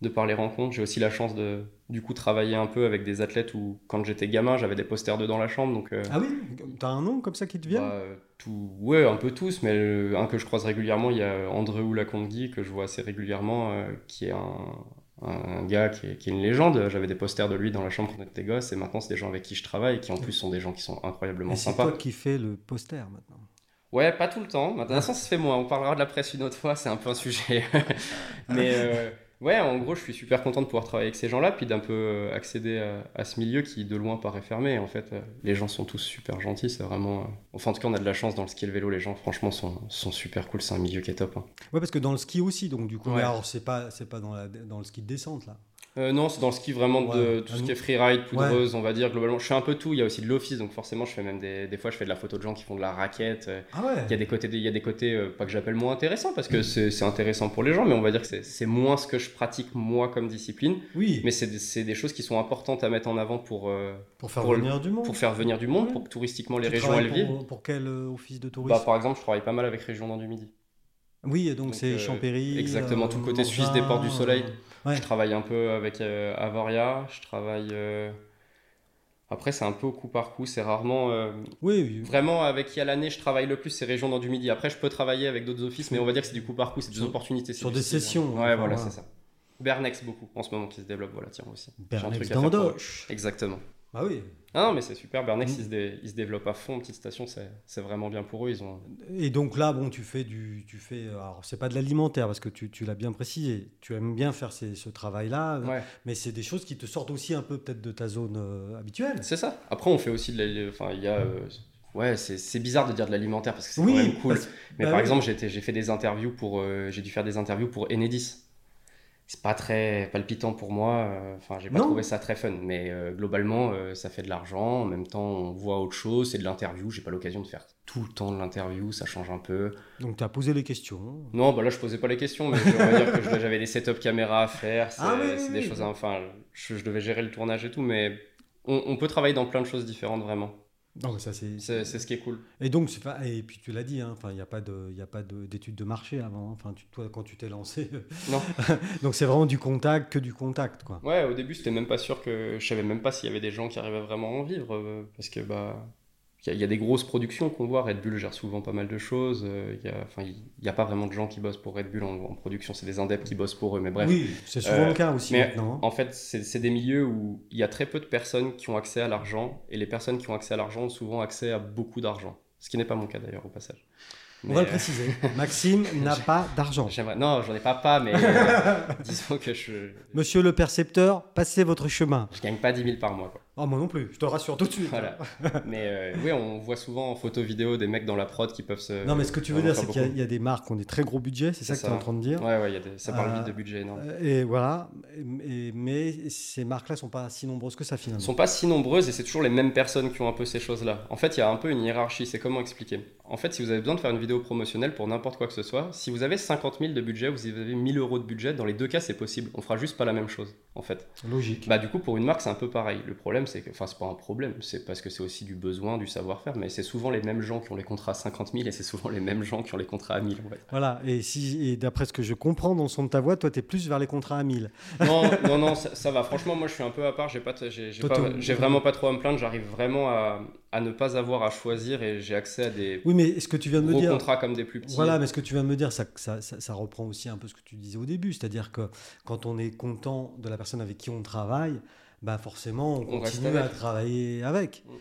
[SPEAKER 2] de par les rencontres. J'ai aussi la chance de, du coup, travailler un peu avec des athlètes où, quand j'étais gamin, j'avais des posters d'eux dans la chambre, donc. euh,
[SPEAKER 1] Ah oui T'as un nom comme ça qui te vient
[SPEAKER 2] bah, euh, tout... Ouais, un peu tous, mais euh, un que je croise régulièrement, il y a euh, Andreu Lacongui, que je vois assez régulièrement, euh, qui est un, un gars qui est, qui est une légende. J'avais des posters de lui dans la chambre quand on était gosse, et maintenant, c'est des gens avec qui je travaille, et qui en plus sont des gens qui sont incroyablement
[SPEAKER 1] Et c'est
[SPEAKER 2] sympas.
[SPEAKER 1] toi qui fais le poster maintenant.
[SPEAKER 2] Ouais, pas tout le temps. Maintenant, ça se fait moins. On parlera de la presse une autre fois, c'est un peu un sujet. (laughs) Mais
[SPEAKER 1] Ah.
[SPEAKER 2] euh, ouais, en gros, je suis super content de pouvoir travailler avec ces gens-là, puis d'un peu euh, accéder à, à ce milieu qui, de loin, paraît fermé. En fait, euh, les gens sont tous super gentils, c'est vraiment... euh, Enfin, en tout cas, on a de la chance dans le ski et le vélo. Les gens, franchement, sont, sont super cool. C'est un milieu qui est top. hein.
[SPEAKER 1] Ouais, parce que dans le ski aussi, donc du coup,
[SPEAKER 2] Ouais.
[SPEAKER 1] mais alors c'est pas, c'est pas dans, la, dans le ski de descente là.
[SPEAKER 2] Euh, non, c'est dans le ski vraiment de
[SPEAKER 1] Ouais,
[SPEAKER 2] tout
[SPEAKER 1] à
[SPEAKER 2] ce
[SPEAKER 1] nous-
[SPEAKER 2] qui est freeride,
[SPEAKER 1] Ouais.
[SPEAKER 2] poudreuse, on va dire, globalement. Je fais un peu tout. Il y a aussi de l'office, donc forcément, je fais même des... Des fois, je fais de la photo de gens qui font de la raquette. euh,
[SPEAKER 1] Ah ouais
[SPEAKER 2] Il y a des côtés, il y a des côtés euh, pas que j'appelle moins intéressants parce que c'est c'est intéressant pour les gens, mais on va dire que c'est- c'est moins ce que je pratique moi comme discipline.
[SPEAKER 1] Oui,
[SPEAKER 2] Mais c'est des- c'est des choses qui sont importantes à mettre en avant pour, euh,
[SPEAKER 1] pour faire
[SPEAKER 2] pour le-
[SPEAKER 1] venir du monde.
[SPEAKER 2] pour faire venir du monde, pour que touristiquement les régions elles vivent.
[SPEAKER 1] Pour, pour quel euh, office de tourisme
[SPEAKER 2] Bah, par exemple, je travaille pas mal avec Région Nord du Midi.
[SPEAKER 1] Oui, donc,
[SPEAKER 2] donc,
[SPEAKER 1] c'est
[SPEAKER 2] euh,
[SPEAKER 1] Champéry.
[SPEAKER 2] exactement, tout le côté suisse des Portes du Soleil.
[SPEAKER 1] Ouais.
[SPEAKER 2] Je travaille un peu avec euh, Avaria, je travaille. euh, Après, c'est un peu au coup par coup, c'est rarement. euh,
[SPEAKER 1] Oui, oui.
[SPEAKER 2] Vraiment, avec qui à l'année je travaille le plus, c'est Région Nord du Midi. Après, je peux travailler avec d'autres offices, mais on va dire que c'est du coup par coup, c'est des
[SPEAKER 1] Sur-
[SPEAKER 2] opportunités. c'est
[SPEAKER 1] sur
[SPEAKER 2] du
[SPEAKER 1] des
[SPEAKER 2] style.
[SPEAKER 1] sessions,
[SPEAKER 2] Ouais,
[SPEAKER 1] enfin,
[SPEAKER 2] voilà,
[SPEAKER 1] voilà.
[SPEAKER 2] c'est ça. Bernex beaucoup en ce moment qui se développe, voilà, tiens aussi. J'ai un
[SPEAKER 1] Bernex
[SPEAKER 2] truc à faire pour eux.
[SPEAKER 1] d'Andoche.
[SPEAKER 2] Exactement.
[SPEAKER 1] Bah oui.
[SPEAKER 2] Ah non, mais c'est super, Bernex
[SPEAKER 1] Mm.
[SPEAKER 2] ils, se dé- ils se développent à fond, petite station, c'est c'est vraiment bien pour eux. Ils ont...
[SPEAKER 1] Et donc là, bon, tu fais du, tu fais. Alors, c'est pas de l'alimentaire parce que tu, tu l'as bien précisé. Tu aimes bien faire ces- ce travail-là,
[SPEAKER 2] Ouais,
[SPEAKER 1] mais c'est des choses qui te sortent aussi un peu peut-être de ta zone euh, habituelle.
[SPEAKER 2] c'est ça. Après, on fait aussi de la. Enfin, il y a. euh, Ouais, c'est c'est bizarre de dire de l'alimentaire parce que c'est
[SPEAKER 1] Oui,
[SPEAKER 2] quand même cool.
[SPEAKER 1] parce-
[SPEAKER 2] Mais
[SPEAKER 1] bah
[SPEAKER 2] par
[SPEAKER 1] oui.
[SPEAKER 2] exemple, j'ai été- j'ai fait des interviews pour, euh, j'ai dû faire des interviews pour Enedis. C'est pas très palpitant pour moi. euh, Enfin, j'ai pas
[SPEAKER 1] Non.
[SPEAKER 2] trouvé ça très fun. Mais euh, globalement, euh, ça fait de l'argent. En même temps, on voit autre chose. C'est de l'interview. J'ai pas l'occasion de faire tout le temps de l'interview. Ça change un peu.
[SPEAKER 1] Donc, tu as posé les questions.
[SPEAKER 2] Non, bah là, je posais pas les questions. Mais on va dire que je- j'avais des setups caméra à faire. C'est
[SPEAKER 1] Ah oui, oui,
[SPEAKER 2] c'est des
[SPEAKER 1] oui.
[SPEAKER 2] choses. à- Enfin, je, je devais gérer le tournage et tout. Mais on, on peut travailler dans plein de choses différentes vraiment.
[SPEAKER 1] Non, mais ça, c'est.
[SPEAKER 2] C'est c'est ce qui est cool.
[SPEAKER 1] Et donc, c'est pas- et puis tu l'as dit, hein, enfin, il n'y a pas de, il y a pas de- d'études de, marché avant. hein. Enfin, tu- toi, quand tu t'es lancé, euh,
[SPEAKER 2] Non.
[SPEAKER 1] (laughs) donc c'est vraiment du contact, que du contact, quoi.
[SPEAKER 2] Ouais, au début, c'était même pas sûr que. Je savais même pas s'il y avait des gens qui arrivaient vraiment à en vivre. euh, parce que, bah. Il y, a- il y a des grosses productions qu'on voit. Red Bull gère souvent pas mal de choses. euh, Il y a- enfin, il n'y a, pas vraiment de gens qui bossent pour Red Bull en, en production. C'est des indeptes qui bossent pour eux. Mais bref.
[SPEAKER 1] Oui, c'est souvent
[SPEAKER 2] Euh,
[SPEAKER 1] le cas aussi
[SPEAKER 2] mais-
[SPEAKER 1] maintenant. hein.
[SPEAKER 2] En fait, c'est c'est des milieux où il y a très peu de personnes qui ont accès à l'argent. Et les personnes qui ont accès à l'argent ont souvent accès à beaucoup d'argent. Ce qui n'est pas mon cas d'ailleurs, au passage.
[SPEAKER 1] On
[SPEAKER 2] Mais,
[SPEAKER 1] va le
[SPEAKER 2] euh, (laughs)
[SPEAKER 1] préciser. Maxime n'a pas d'argent.
[SPEAKER 2] j'aimerais- Non, j'en ai pas pas, mais euh, disons que je,
[SPEAKER 1] Monsieur le percepteur, passez votre chemin.
[SPEAKER 2] je gagne pas 10 000 par mois. quoi.
[SPEAKER 1] Oh, moi non plus, je te rassure tout de suite. hein.
[SPEAKER 2] Voilà. mais euh, oui, on voit souvent en photo vidéo des mecs dans la prod qui peuvent se.
[SPEAKER 1] Non, mais ce que tu veux
[SPEAKER 2] On en
[SPEAKER 1] dire,
[SPEAKER 2] fait
[SPEAKER 1] c'est qu'il y a-
[SPEAKER 2] beaucoup.
[SPEAKER 1] il y, a des marques qui ont des très gros budgets, c'est ça que
[SPEAKER 2] C'est
[SPEAKER 1] tu es
[SPEAKER 2] ça.
[SPEAKER 1] en train de dire.
[SPEAKER 2] Ouais, ouais, il y a des- ça parle
[SPEAKER 1] Euh,
[SPEAKER 2] vite de budget énorme.
[SPEAKER 1] Euh, Et voilà, et, et- mais ces marques-là sont pas si nombreuses que ça
[SPEAKER 2] Elles
[SPEAKER 1] finalement.
[SPEAKER 2] sont pas si nombreuses et c'est toujours les mêmes personnes qui ont un peu ces choses-là. En fait, il y a un peu une hiérarchie, c'est comment expliquer. En fait, si vous avez besoin de faire une vidéo promotionnelle pour n'importe quoi que ce soit, si vous avez 50 000 de budget ou si vous avez 1000 euros de budget, dans les deux cas, c'est possible. On fera juste pas la même chose, en fait.
[SPEAKER 1] Logique.
[SPEAKER 2] Bah, du coup, pour une marque, c'est un peu pareil. Le problème, c'est que. Enfin, c'est pas un problème, c'est parce que c'est aussi du besoin, du savoir-faire, mais c'est souvent les mêmes gens qui ont les contrats à 50 000 et c'est souvent les mêmes gens qui ont les contrats à 1000, on va dire.
[SPEAKER 1] Voilà, et, si, et d'après ce que je comprends dans le son de ta voix, toi, tu es plus vers les contrats à 1000.
[SPEAKER 2] Non, non, non, ça, ça va. Franchement, moi, je suis un peu à part. J'ai pas, t- j'ai, j'ai
[SPEAKER 1] Toi,
[SPEAKER 2] pas-
[SPEAKER 1] t'es-
[SPEAKER 2] j'ai vraiment pas trop à me plaindre. J'arrive vraiment à, à ne pas avoir à choisir et j'ai accès à des
[SPEAKER 1] Oui, mais ce que tu viens de me
[SPEAKER 2] gros
[SPEAKER 1] dire.
[SPEAKER 2] contrats comme des plus petits.
[SPEAKER 1] Voilà, mais ce que tu viens de me dire, ça, ça, ça- ça reprend aussi un peu ce que tu disais au début, c'est-à-dire que quand on est content de la personne avec qui on travaille, bah forcément, on,
[SPEAKER 2] On reste
[SPEAKER 1] continue à
[SPEAKER 2] avec.
[SPEAKER 1] travailler avec.
[SPEAKER 2] Mm.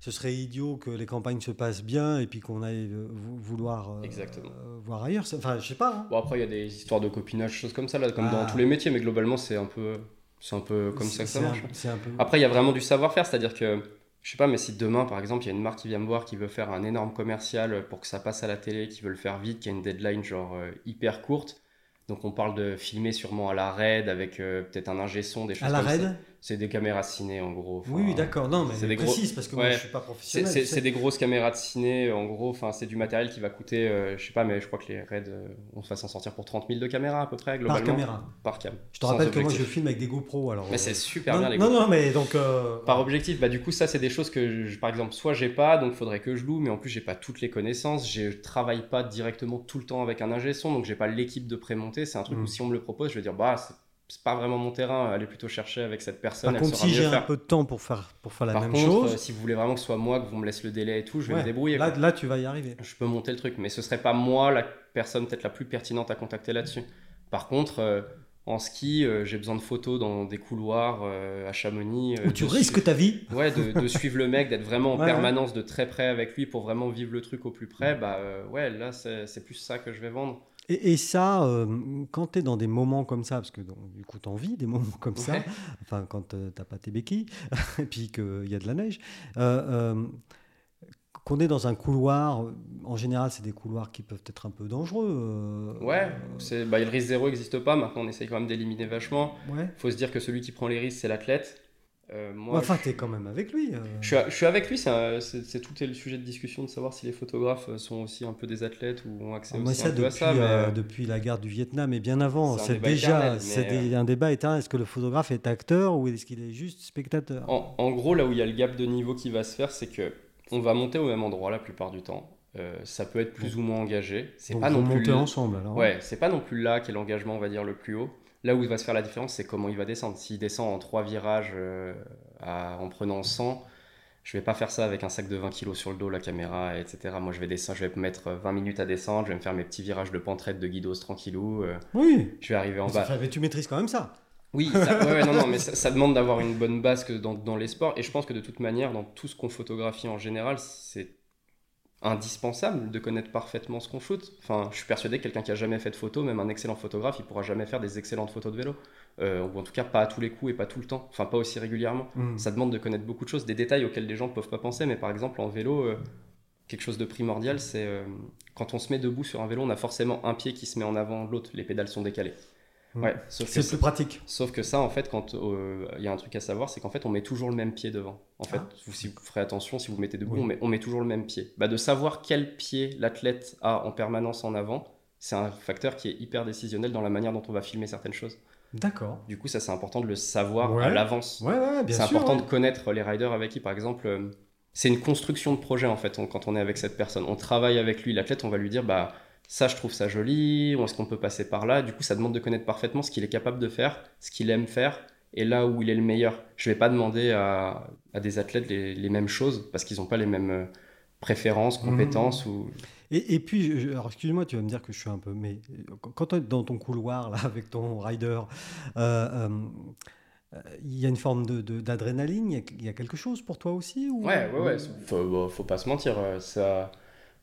[SPEAKER 1] Ce serait idiot que les campagnes se passent bien et puis qu'on aille euh, vou- vouloir euh,
[SPEAKER 2] Exactement.
[SPEAKER 1] euh, voir ailleurs. Ça- Enfin, je sais pas. hein.
[SPEAKER 2] Bon, après, il y a des histoires de copinage, choses comme ça, là, comme
[SPEAKER 1] Ah.
[SPEAKER 2] dans tous les métiers, mais globalement, c'est un peu, c'est un peu comme ça
[SPEAKER 1] C'est-
[SPEAKER 2] que ça
[SPEAKER 1] c'est un-
[SPEAKER 2] marche.
[SPEAKER 1] C'est un peu.
[SPEAKER 2] Après, il y a vraiment du savoir-faire, c'est-à-dire que, je sais pas, mais si demain, par exemple, il y a une marque qui vient me voir, qui veut faire un énorme commercial pour que ça passe à la télé, qui veut le faire vite, qui a une deadline genre euh, hyper courte, donc on parle de filmer sûrement à la raid avec euh, peut-être un ingé son, des choses
[SPEAKER 1] à la
[SPEAKER 2] comme ça.
[SPEAKER 1] raid
[SPEAKER 2] C'est des caméras de ciné en gros. Enfin,
[SPEAKER 1] Oui, oui, d'accord. Non, mais
[SPEAKER 2] c'est des gros-
[SPEAKER 1] précise parce que moi,
[SPEAKER 2] Ouais.
[SPEAKER 1] je suis pas
[SPEAKER 2] C'est,
[SPEAKER 1] professionnel.
[SPEAKER 2] c'est-
[SPEAKER 1] tu sais.
[SPEAKER 2] c'est des grosses caméras de ciné en gros. Enfin, c'est du matériel qui va coûter, euh, je sais pas, mais je crois que les raids, euh, on va s'en sortir pour 30 000 de caméras à peu près
[SPEAKER 1] par
[SPEAKER 2] globalement.
[SPEAKER 1] caméra.
[SPEAKER 2] Par cam.
[SPEAKER 1] Je te
[SPEAKER 2] Sans
[SPEAKER 1] rappelle que moi, je
[SPEAKER 2] objectif.
[SPEAKER 1] filme avec des GoPro. Alors.
[SPEAKER 2] Mais
[SPEAKER 1] euh,
[SPEAKER 2] c'est super
[SPEAKER 1] non,
[SPEAKER 2] bien les
[SPEAKER 1] non,
[SPEAKER 2] gars.
[SPEAKER 1] non, mais donc. euh,
[SPEAKER 2] Par objectif, bah du coup ça c'est des choses que je- par exemple soit j'ai pas donc faudrait que je loue mais en plus j'ai pas toutes les connaissances, je travaille pas directement tout le temps avec un ingé son donc j'ai pas l'équipe de prémonter, c'est un truc
[SPEAKER 1] Mm.
[SPEAKER 2] où si on me le propose je vais dire bah c'est, c'est pas vraiment mon terrain, allez plutôt chercher avec cette personne,
[SPEAKER 1] Par
[SPEAKER 2] elle
[SPEAKER 1] contre,
[SPEAKER 2] saura
[SPEAKER 1] si
[SPEAKER 2] mieux
[SPEAKER 1] j'ai un
[SPEAKER 2] faire.
[SPEAKER 1] peu de temps pour faire, pour faire la
[SPEAKER 2] Par
[SPEAKER 1] Bah, même
[SPEAKER 2] contre,
[SPEAKER 1] chose,
[SPEAKER 2] euh, si vous voulez vraiment que ce soit moi, que vous me laisse le délai et tout, je vais
[SPEAKER 1] ouais,
[SPEAKER 2] me débrouiller.
[SPEAKER 1] là,
[SPEAKER 2] quoi.
[SPEAKER 1] là, tu vas y arriver.
[SPEAKER 2] Je peux monter le truc, mais ce serait pas moi la personne peut-être la plus pertinente à contacter là-dessus. Par contre, euh, en ski, euh, j'ai besoin de photos dans des couloirs euh, à Chamonix. euh,
[SPEAKER 1] Ou tu
[SPEAKER 2] de
[SPEAKER 1] risques ta vie.
[SPEAKER 2] su- Ouais, de, de suivre le mec, d'être vraiment
[SPEAKER 1] (laughs)
[SPEAKER 2] en
[SPEAKER 1] Ouais, ouais.
[SPEAKER 2] permanence de très près avec lui pour vraiment vivre le truc au plus près. Bah euh, ouais, là c'est c'est plus ça que je vais vendre.
[SPEAKER 1] Et, et ça, euh, quand tu es dans des moments comme ça, parce que donc, du coup, tu vis des moments comme ça,
[SPEAKER 2] Ouais.
[SPEAKER 1] enfin, quand euh, t'as pas tes béquilles, (laughs) et puis qu'il y a de la neige, euh, euh, qu'on est dans un couloir, euh, en général, c'est des couloirs qui peuvent être un peu dangereux. euh,
[SPEAKER 2] Ouais, c'est bah, le risque zéro n'existe pas. Maintenant, on essaye quand même d'éliminer vachement.
[SPEAKER 1] euh, ouais.
[SPEAKER 2] Faut se dire que celui qui prend les risques, c'est l'athlète. Euh, moi,
[SPEAKER 1] enfin,
[SPEAKER 2] je-
[SPEAKER 1] tu es quand même avec lui. euh.
[SPEAKER 2] Je suis, je suis avec lui, c'est un- c'est c'est- tout est le sujet de discussion de savoir si les photographes euh, sont aussi un peu des athlètes ou ont accès
[SPEAKER 1] Alors, Ah, Moi,
[SPEAKER 2] aussi
[SPEAKER 1] ça,
[SPEAKER 2] un peu
[SPEAKER 1] depuis,
[SPEAKER 2] à ça. mais,
[SPEAKER 1] euh,
[SPEAKER 2] euh,
[SPEAKER 1] depuis la guerre du Vietnam et bien avant,
[SPEAKER 2] c'est un
[SPEAKER 1] c'est
[SPEAKER 2] débat
[SPEAKER 1] déjà
[SPEAKER 2] éternel,
[SPEAKER 1] c'est
[SPEAKER 2] mais, euh,
[SPEAKER 1] des- un débat éternel. Est-ce que le photographe est acteur ou est-ce qu'il est juste spectateur
[SPEAKER 2] en, en gros, là où il y a le gap de niveau qui va se faire, c'est que on va monter au même endroit la plupart du temps. Euh, ça peut être plus ou moins engagé. C'est
[SPEAKER 1] Donc,
[SPEAKER 2] pas
[SPEAKER 1] vous
[SPEAKER 2] non plus.
[SPEAKER 1] montez ensemble alors.
[SPEAKER 2] Ouais, c'est pas non plus là qu'est l'engagement, on va dire, le plus haut. Là où il va se faire la différence, c'est comment il va descendre. S'il descend en trois virages euh, à- en prenant 100, je vais pas faire ça avec un sac de 20 kilos sur le dos, la caméra, etc. Moi, je vais descendre, je vais me mettre 20 minutes à descendre, je vais me faire mes petits virages de pentraide de guidos tranquillou, euh,
[SPEAKER 1] Oui.
[SPEAKER 2] je vais arriver en
[SPEAKER 1] Ça
[SPEAKER 2] bas.
[SPEAKER 1] fait- mais tu maîtrises quand même ça.
[SPEAKER 2] Oui, ça, ouais, ouais, non, non, mais ça, ça demande d'avoir une bonne base que dans, dans les sports. Et je pense que de toute manière, dans tout ce qu'on photographie en général, c'est indispensable de connaître parfaitement ce qu'on shoot. Enfin, je suis persuadé que quelqu'un qui a jamais fait de photo, même un excellent photographe, il pourra jamais faire des excellentes photos de vélo. Euh, ou en tout cas, pas à tous les coups et pas tout le temps. Enfin, Mm. pas aussi régulièrement. Ça demande de connaître beaucoup de choses, des détails auxquels les gens ne peuvent pas penser. Mais par exemple, en vélo, euh, quelque chose de primordial, c'est euh, quand on se met debout sur un vélo, on a forcément un pied qui se met en avant de l'autre, les pédales sont décalées.
[SPEAKER 1] Mm.
[SPEAKER 2] Ouais, sauf que,
[SPEAKER 1] C'est plus pratique.
[SPEAKER 2] sauf que ça, en fait, quand euh, il y a un truc à savoir, c'est qu'en fait, on met toujours le même pied devant. En fait,
[SPEAKER 1] Ah.
[SPEAKER 2] vous- si vous ferez attention, si vous mettez debout,
[SPEAKER 1] Oui.
[SPEAKER 2] on, met, on met toujours le même pied. Bah, de savoir quel pied l'athlète a en permanence en avant, c'est un facteur qui est hyper décisionnel dans la manière dont on va filmer certaines choses.
[SPEAKER 1] D'accord.
[SPEAKER 2] Du coup, ça, c'est important de le savoir à
[SPEAKER 1] Ouais.
[SPEAKER 2] l'avance.
[SPEAKER 1] Ouais, ouais, bien
[SPEAKER 2] C'est
[SPEAKER 1] sûr.
[SPEAKER 2] important
[SPEAKER 1] ouais.
[SPEAKER 2] de connaître les riders avec qui, par exemple, euh, c'est une construction de projet en fait. on- quand on est avec cette personne, on travaille avec lui, l'athlète, on va lui dire bah ça, je trouve ça joli. Ou est-ce qu'on peut passer par là Du coup, ça demande de connaître parfaitement ce qu'il est capable de faire, ce qu'il aime faire, et là où il est le meilleur. Je vais pas demander à, à des athlètes les, les mêmes choses parce qu'ils n'ont pas les mêmes euh, préférences,
[SPEAKER 1] Mmh.
[SPEAKER 2] compétences ou
[SPEAKER 1] Et, et puis, je- je- alors excuse-moi, tu vas me dire que je suis un peu. Mais euh, quand- quand tu es dans ton couloir, là, avec ton rider, euh, euh, euh, il y a une forme de- de- d'adrénaline, il y a- il y, a quelque chose pour toi aussi ou... euh,
[SPEAKER 2] Ouais, ouais, ouais. Faut, bon, faut pas se mentir. euh, Ça,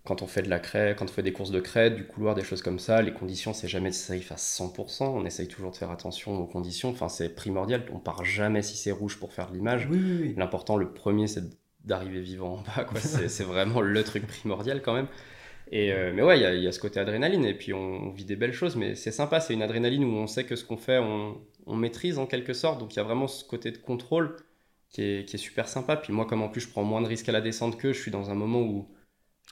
[SPEAKER 2] quand on fait de la craie, quand on fait des courses de craie, du couloir, des choses comme ça, les conditions, c'est jamais safe à 100%. On essaye toujours de faire attention aux conditions. Enfin, c'est primordial. On part jamais si c'est rouge pour faire de l'image.
[SPEAKER 1] Oui, oui, oui.
[SPEAKER 2] L'important, le premier, c'est d'arriver vivant en bas. quoi. C'est c'est vraiment le truc primordial quand même. Et euh, mais ouais, il y a- il y, a ce côté adrénaline. Et puis on, on vit des belles choses, mais c'est sympa. C'est une adrénaline où on sait que ce qu'on fait, on, on maîtrise en quelque sorte. Donc il y a vraiment ce côté de contrôle qui est, qui est super sympa. Puis moi, comme en plus je prends moins de risques à la descente que je suis dans un moment où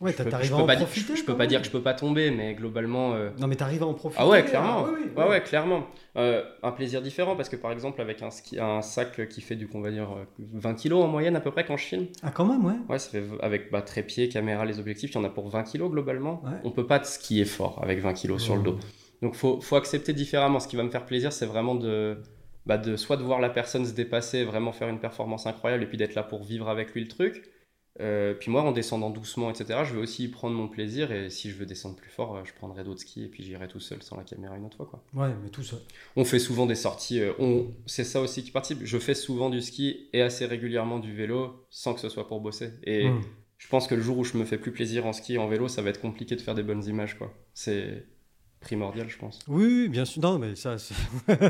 [SPEAKER 1] Ouais,
[SPEAKER 2] je peux,
[SPEAKER 1] t'arrives
[SPEAKER 2] je
[SPEAKER 1] à
[SPEAKER 2] peux
[SPEAKER 1] en
[SPEAKER 2] pas dire,
[SPEAKER 1] profiter.
[SPEAKER 2] je- je peux
[SPEAKER 1] quand
[SPEAKER 2] pas
[SPEAKER 1] même.
[SPEAKER 2] dire que je peux pas tomber, mais globalement. euh,
[SPEAKER 1] Non, mais t'arrives à en profiter.
[SPEAKER 2] ah ouais,
[SPEAKER 1] Ah
[SPEAKER 2] clairement.
[SPEAKER 1] oui, oui,
[SPEAKER 2] ouais,
[SPEAKER 1] oui.
[SPEAKER 2] ouais, clairement. Euh, un plaisir différent parce que par exemple avec un, ski- un sac qui fait du, on va dire, euh, 20 kilos en moyenne à peu près quand je filme.
[SPEAKER 1] Ah, quand même, ouais.
[SPEAKER 2] Ouais, ça fait v- avec bah, trépied, caméra, les objectifs, il y en a pour 20 kilos globalement.
[SPEAKER 1] Ouais.
[SPEAKER 2] On peut pas te skier fort avec 20 kilos sur le dos. Donc faut, faut accepter différemment. Ce qui va me faire plaisir, c'est vraiment de, bah, de soit de voir la personne se dépasser, vraiment faire une performance incroyable, et puis d'être là pour vivre avec lui le truc. Euh, puis moi, en descendant doucement, etc., je vais aussi y prendre mon plaisir. Et si je veux descendre plus fort, euh, je prendrai d'autres skis et puis j'irai tout seul sans la caméra une autre fois. Quoi.
[SPEAKER 1] Ouais, mais tout ça.
[SPEAKER 2] On fait souvent des sorties. euh, on... C'est ça aussi qui participe. Je fais souvent du ski et assez régulièrement du vélo sans que ce soit pour bosser. Et
[SPEAKER 1] Hum.
[SPEAKER 2] je pense que le jour où je me fais plus plaisir en ski et en vélo, ça va être compliqué de faire des bonnes images. quoi. C'est primordial, je pense.
[SPEAKER 1] Oui, oui, bien sûr. Non, mais ça, c'est- (laughs)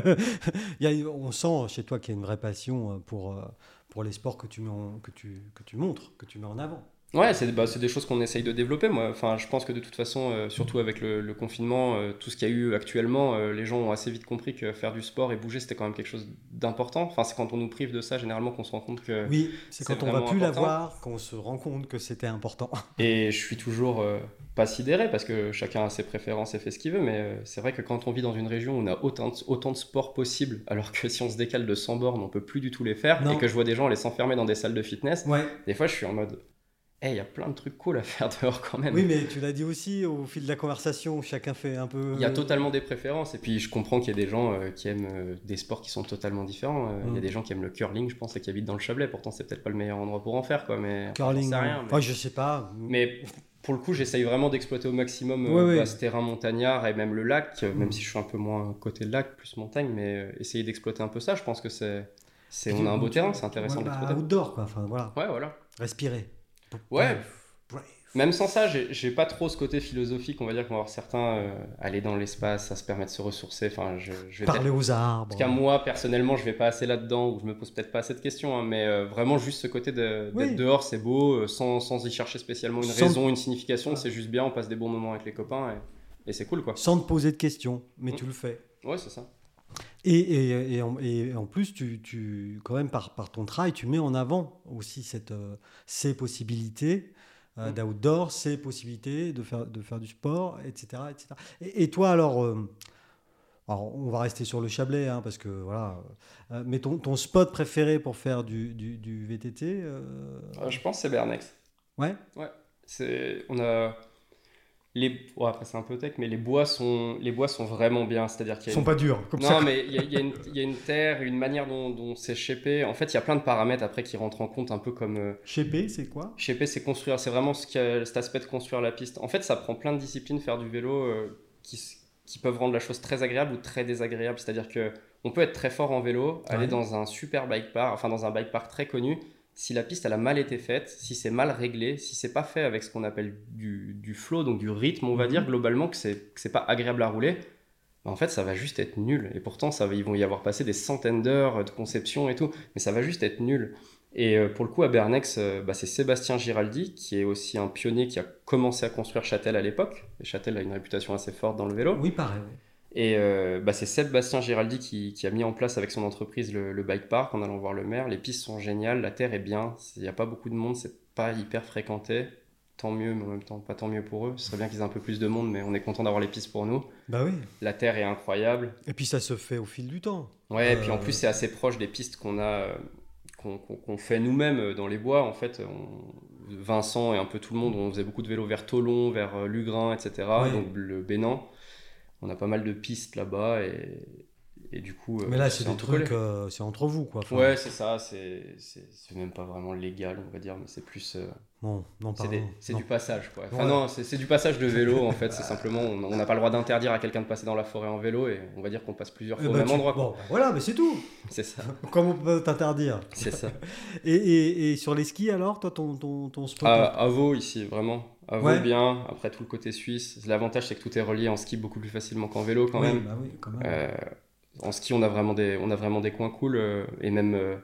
[SPEAKER 1] Il y a- on sent chez toi qu'il y a une vraie passion euh, pour, euh, pour les sports que tu, mets en- que, tu, que tu montres, que tu mets en avant.
[SPEAKER 2] Ouais, c'est bah, c'est des choses qu'on essaye de développer. Moi. Enfin, je pense que de toute façon, euh, surtout avec le, le confinement, euh, tout ce qu'il y a eu actuellement, euh, les gens ont assez vite compris que faire du sport et bouger, c'était quand même quelque chose d'important. Enfin, c'est quand on nous prive de ça, généralement, qu'on se rend compte que...
[SPEAKER 1] Oui, c'est
[SPEAKER 2] c'est
[SPEAKER 1] quand on va
[SPEAKER 2] vraiment
[SPEAKER 1] plus la
[SPEAKER 2] important.
[SPEAKER 1] voir qu'on se rend compte que c'était
[SPEAKER 2] (laughs)
[SPEAKER 1] important.
[SPEAKER 2] Et je suis toujours euh, pas sidéré, parce que chacun a ses préférences et fait ce qu'il veut, mais euh, c'est vrai que quand on vit dans une région où on a autant de, autant de sports possibles, alors que si on se décale de 100 bornes, on peut plus du tout les faire,
[SPEAKER 1] Non.
[SPEAKER 2] et que je vois des gens les s'enfermer dans des salles de fitness,
[SPEAKER 1] Ouais.
[SPEAKER 2] Des fois, je suis en mode, Eh, il y a plein de trucs cool à faire (laughs) dehors quand même.
[SPEAKER 1] Oui, mais tu l'as dit aussi au fil de la conversation, chacun fait un peu.
[SPEAKER 2] Il y a totalement des préférences. Et puis, je comprends qu'il y a des gens euh, qui aiment euh, des sports qui sont totalement différents. Euh, Il y
[SPEAKER 1] Mm.
[SPEAKER 2] a des gens qui aiment le curling, je pense, et qui habitent dans le Chablais. Pourtant, c'est peut-être pas le meilleur endroit pour en faire, quoi. Mais
[SPEAKER 1] curling. euh,
[SPEAKER 2] j'en sais rien,
[SPEAKER 1] ouais.
[SPEAKER 2] mais-
[SPEAKER 1] Enfin, je sais pas.
[SPEAKER 2] Mais pour le coup, j'essaye vraiment d'exploiter au maximum euh,
[SPEAKER 1] Ouais, ouais.
[SPEAKER 2] bah, ce terrain montagnard et même le lac, euh, même
[SPEAKER 1] Mm.
[SPEAKER 2] si je suis un peu moins côté lac, plus montagne, mais euh, essayer d'exploiter un peu ça. Je pense que c'est. c'est-
[SPEAKER 1] Puis
[SPEAKER 2] On a un beau
[SPEAKER 1] tu-
[SPEAKER 2] terrain, c'est intéressant
[SPEAKER 1] Ouais, bah,
[SPEAKER 2] d'exploiter.
[SPEAKER 1] outdoor, quoi. Enfin, voilà.
[SPEAKER 2] Ouais, voilà.
[SPEAKER 1] Respirer.
[SPEAKER 2] Ouais.
[SPEAKER 1] Bref, bref.
[SPEAKER 2] Même sans ça, j'ai j'ai pas trop ce côté philosophique, on va dire, qu'on va voir certains euh, aller dans l'espace, ça se permet de se ressourcer. Enfin, je, je vais
[SPEAKER 1] Parler
[SPEAKER 2] peut-être-
[SPEAKER 1] aux arbres.
[SPEAKER 2] Parce qu'à moi, personnellement, je vais pas assez là-dedans, ou je me pose peut-être pas assez de questions, hein, mais euh, vraiment juste ce côté de- d'être
[SPEAKER 1] Oui.
[SPEAKER 2] dehors, c'est beau, euh, sans, sans y chercher spécialement une
[SPEAKER 1] Sans-
[SPEAKER 2] raison, une signification,
[SPEAKER 1] Voilà.
[SPEAKER 2] c'est juste bien, on passe des bons moments avec les copains, et, et c'est cool, quoi.
[SPEAKER 1] Sans te poser de questions, mais
[SPEAKER 2] Mm.
[SPEAKER 1] tu le fais.
[SPEAKER 2] Ouais, c'est ça.
[SPEAKER 1] Et, et- et en, et en plus, tu, tu- quand même, par, par ton travail, tu mets en avant aussi cette, euh, ces possibilités euh,
[SPEAKER 2] Mm.
[SPEAKER 1] d'outdoor, ces possibilités de faire, de faire du sport, etc. etc. Et, et toi, alors, euh, alors, on va rester sur le Chablais, hein, parce que voilà. euh, mais ton, ton spot préféré pour faire du, du- du VTT euh,
[SPEAKER 2] Euh, je pense que c'est Bernex.
[SPEAKER 1] Ouais.
[SPEAKER 2] C'est, on a les, ouais, après c'est un peu tech, mais les bois sont, les bois sont vraiment bien. C'est-à-dire qu'il y a
[SPEAKER 1] sont pas durs, comme
[SPEAKER 2] non,
[SPEAKER 1] ça.
[SPEAKER 2] mais il y, a- il y a une- il y a une terre, une manière dont, dont c'est shapé. En fait, il y a plein de paramètres après qui rentrent en compte, un peu comme euh,
[SPEAKER 1] Chépé, c'est quoi
[SPEAKER 2] shaper, c'est construire. C'est vraiment ce qu'a- cet aspect de construire la piste. En fait, ça prend plein de disciplines, faire du vélo, euh, qui, s- qui peuvent rendre la chose très agréable ou très désagréable. C'est-à-dire que on peut être très fort en vélo,
[SPEAKER 1] Ouais.
[SPEAKER 2] aller dans un super bike park, enfin dans un bike park très connu. Si la piste elle a mal été faite, si c'est mal réglé, si c'est pas fait avec ce qu'on appelle du, du flow, donc du rythme,
[SPEAKER 1] Mhm.
[SPEAKER 2] on va dire globalement que c'est que c'est pas agréable à rouler, bah, en fait, ça va juste être nul. Et pourtant, ça va, ils vont y avoir passé des centaines d'heures de conception et tout, mais ça va juste être nul. Et euh, pour le coup, à Bernex, euh, bah, c'est Sébastien Giraldi, qui est aussi un pionnier qui a commencé à construire Châtel à l'époque. Et Châtel a une réputation assez forte dans le vélo.
[SPEAKER 1] Oui, pareil. oui.
[SPEAKER 2] Et euh, bah, c'est Sébastien Giraldi qui, qui a mis en place avec son entreprise le, le bike park en allant voir le maire. Les pistes sont géniales, la terre est bien, il n'y a pas beaucoup de monde, c'est pas hyper fréquenté. Tant mieux, mais en même temps, pas tant mieux pour eux. Ce serait bien qu'ils aient un peu plus de monde, mais on est content d'avoir les pistes pour nous.
[SPEAKER 1] Bah oui.
[SPEAKER 2] La terre est incroyable.
[SPEAKER 1] Et puis ça se fait au fil du temps.
[SPEAKER 2] Ouais, et puis
[SPEAKER 1] Euh,
[SPEAKER 2] en plus, c'est assez proche des pistes qu'on a, euh, qu'on qu'on- qu'on fait nous-mêmes euh, dans les bois. En fait, on- Vincent et un peu tout le monde, on faisait beaucoup de vélo vers Tolon, vers euh, Lugrin, etc.
[SPEAKER 1] Ouais.
[SPEAKER 2] Donc le Bénin, on a pas mal de pistes là-bas et, et du coup. euh,
[SPEAKER 1] Mais là, c'est
[SPEAKER 2] un
[SPEAKER 1] des
[SPEAKER 2] peu collé.
[SPEAKER 1] trucs, euh, c'est entre vous, quoi. Enfin,
[SPEAKER 2] Ouais, c'est ça. C'est c'est- c'est même pas vraiment légal, on va dire, mais c'est plus. euh,
[SPEAKER 1] Bon, non,
[SPEAKER 2] c'est
[SPEAKER 1] pardon.
[SPEAKER 2] des- c'est
[SPEAKER 1] non.
[SPEAKER 2] du passage, quoi. Enfin,
[SPEAKER 1] Ouais.
[SPEAKER 2] non, c'est c'est du passage de vélo, en
[SPEAKER 1] (laughs)
[SPEAKER 2] fait. C'est simplement, on on n'a pas le droit d'interdire à quelqu'un de passer dans la forêt en vélo et on va dire qu'on passe plusieurs
[SPEAKER 1] Eh
[SPEAKER 2] fois au
[SPEAKER 1] bah,
[SPEAKER 2] même
[SPEAKER 1] tu-
[SPEAKER 2] endroit, quoi.
[SPEAKER 1] Bon, bah, voilà, mais c'est tout.
[SPEAKER 2] C'est ça.
[SPEAKER 1] Comment on peut t'interdire
[SPEAKER 2] C'est ça.
[SPEAKER 1] et, et- et sur les skis, alors, toi, ton, ton, ton spot hein
[SPEAKER 2] À, à Vaud, ici, vraiment. À Vaud,
[SPEAKER 1] Ouais.
[SPEAKER 2] bien. Après, tout le côté suisse. L'avantage, c'est que tout est relié en ski beaucoup plus facilement qu'en vélo, quand
[SPEAKER 1] Oui,
[SPEAKER 2] même.
[SPEAKER 1] bah oui, quand même.
[SPEAKER 2] Euh, en ski, on a vraiment des, on a vraiment des coins cool. euh, et même, euh,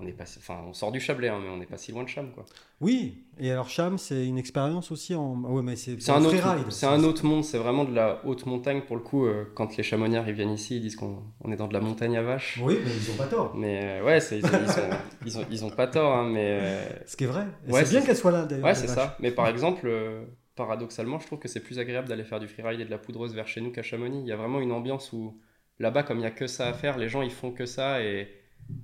[SPEAKER 2] on est pas, enfin, on sort du Chablais, hein, mais on n'est pas si loin de Cham, quoi.
[SPEAKER 1] Oui, et alors, Cham, c'est une expérience aussi en. ah Ouais, mais c'est
[SPEAKER 2] C'est un
[SPEAKER 1] freeride,
[SPEAKER 2] autre, c'est
[SPEAKER 1] ça,
[SPEAKER 2] un autre monde. C'est vraiment de la haute montagne pour le coup. euh, quand les Chamonnières ils viennent ici, ils disent qu'on on est dans de la montagne à vache.
[SPEAKER 1] Oui, mais ils ont pas tort.
[SPEAKER 2] Mais euh, ouais, c'est- ils, ont- ils, ont, ils, ont, ils ont pas tort, hein, mais. euh,
[SPEAKER 1] Ce qui est vrai. Et
[SPEAKER 2] Ouais,
[SPEAKER 1] c'est bien
[SPEAKER 2] c'est-
[SPEAKER 1] qu'elle soit là, d'ailleurs.
[SPEAKER 2] Ouais,
[SPEAKER 1] la
[SPEAKER 2] c'est
[SPEAKER 1] vache.
[SPEAKER 2] ça. Mais par exemple, euh, paradoxalement, je trouve que c'est plus agréable d'aller faire du freeride et de la poudreuse vers chez nous qu'à Chamonix. Il y a vraiment une ambiance où là-bas, comme il n'y a que ça à faire, les gens ils font que ça. Et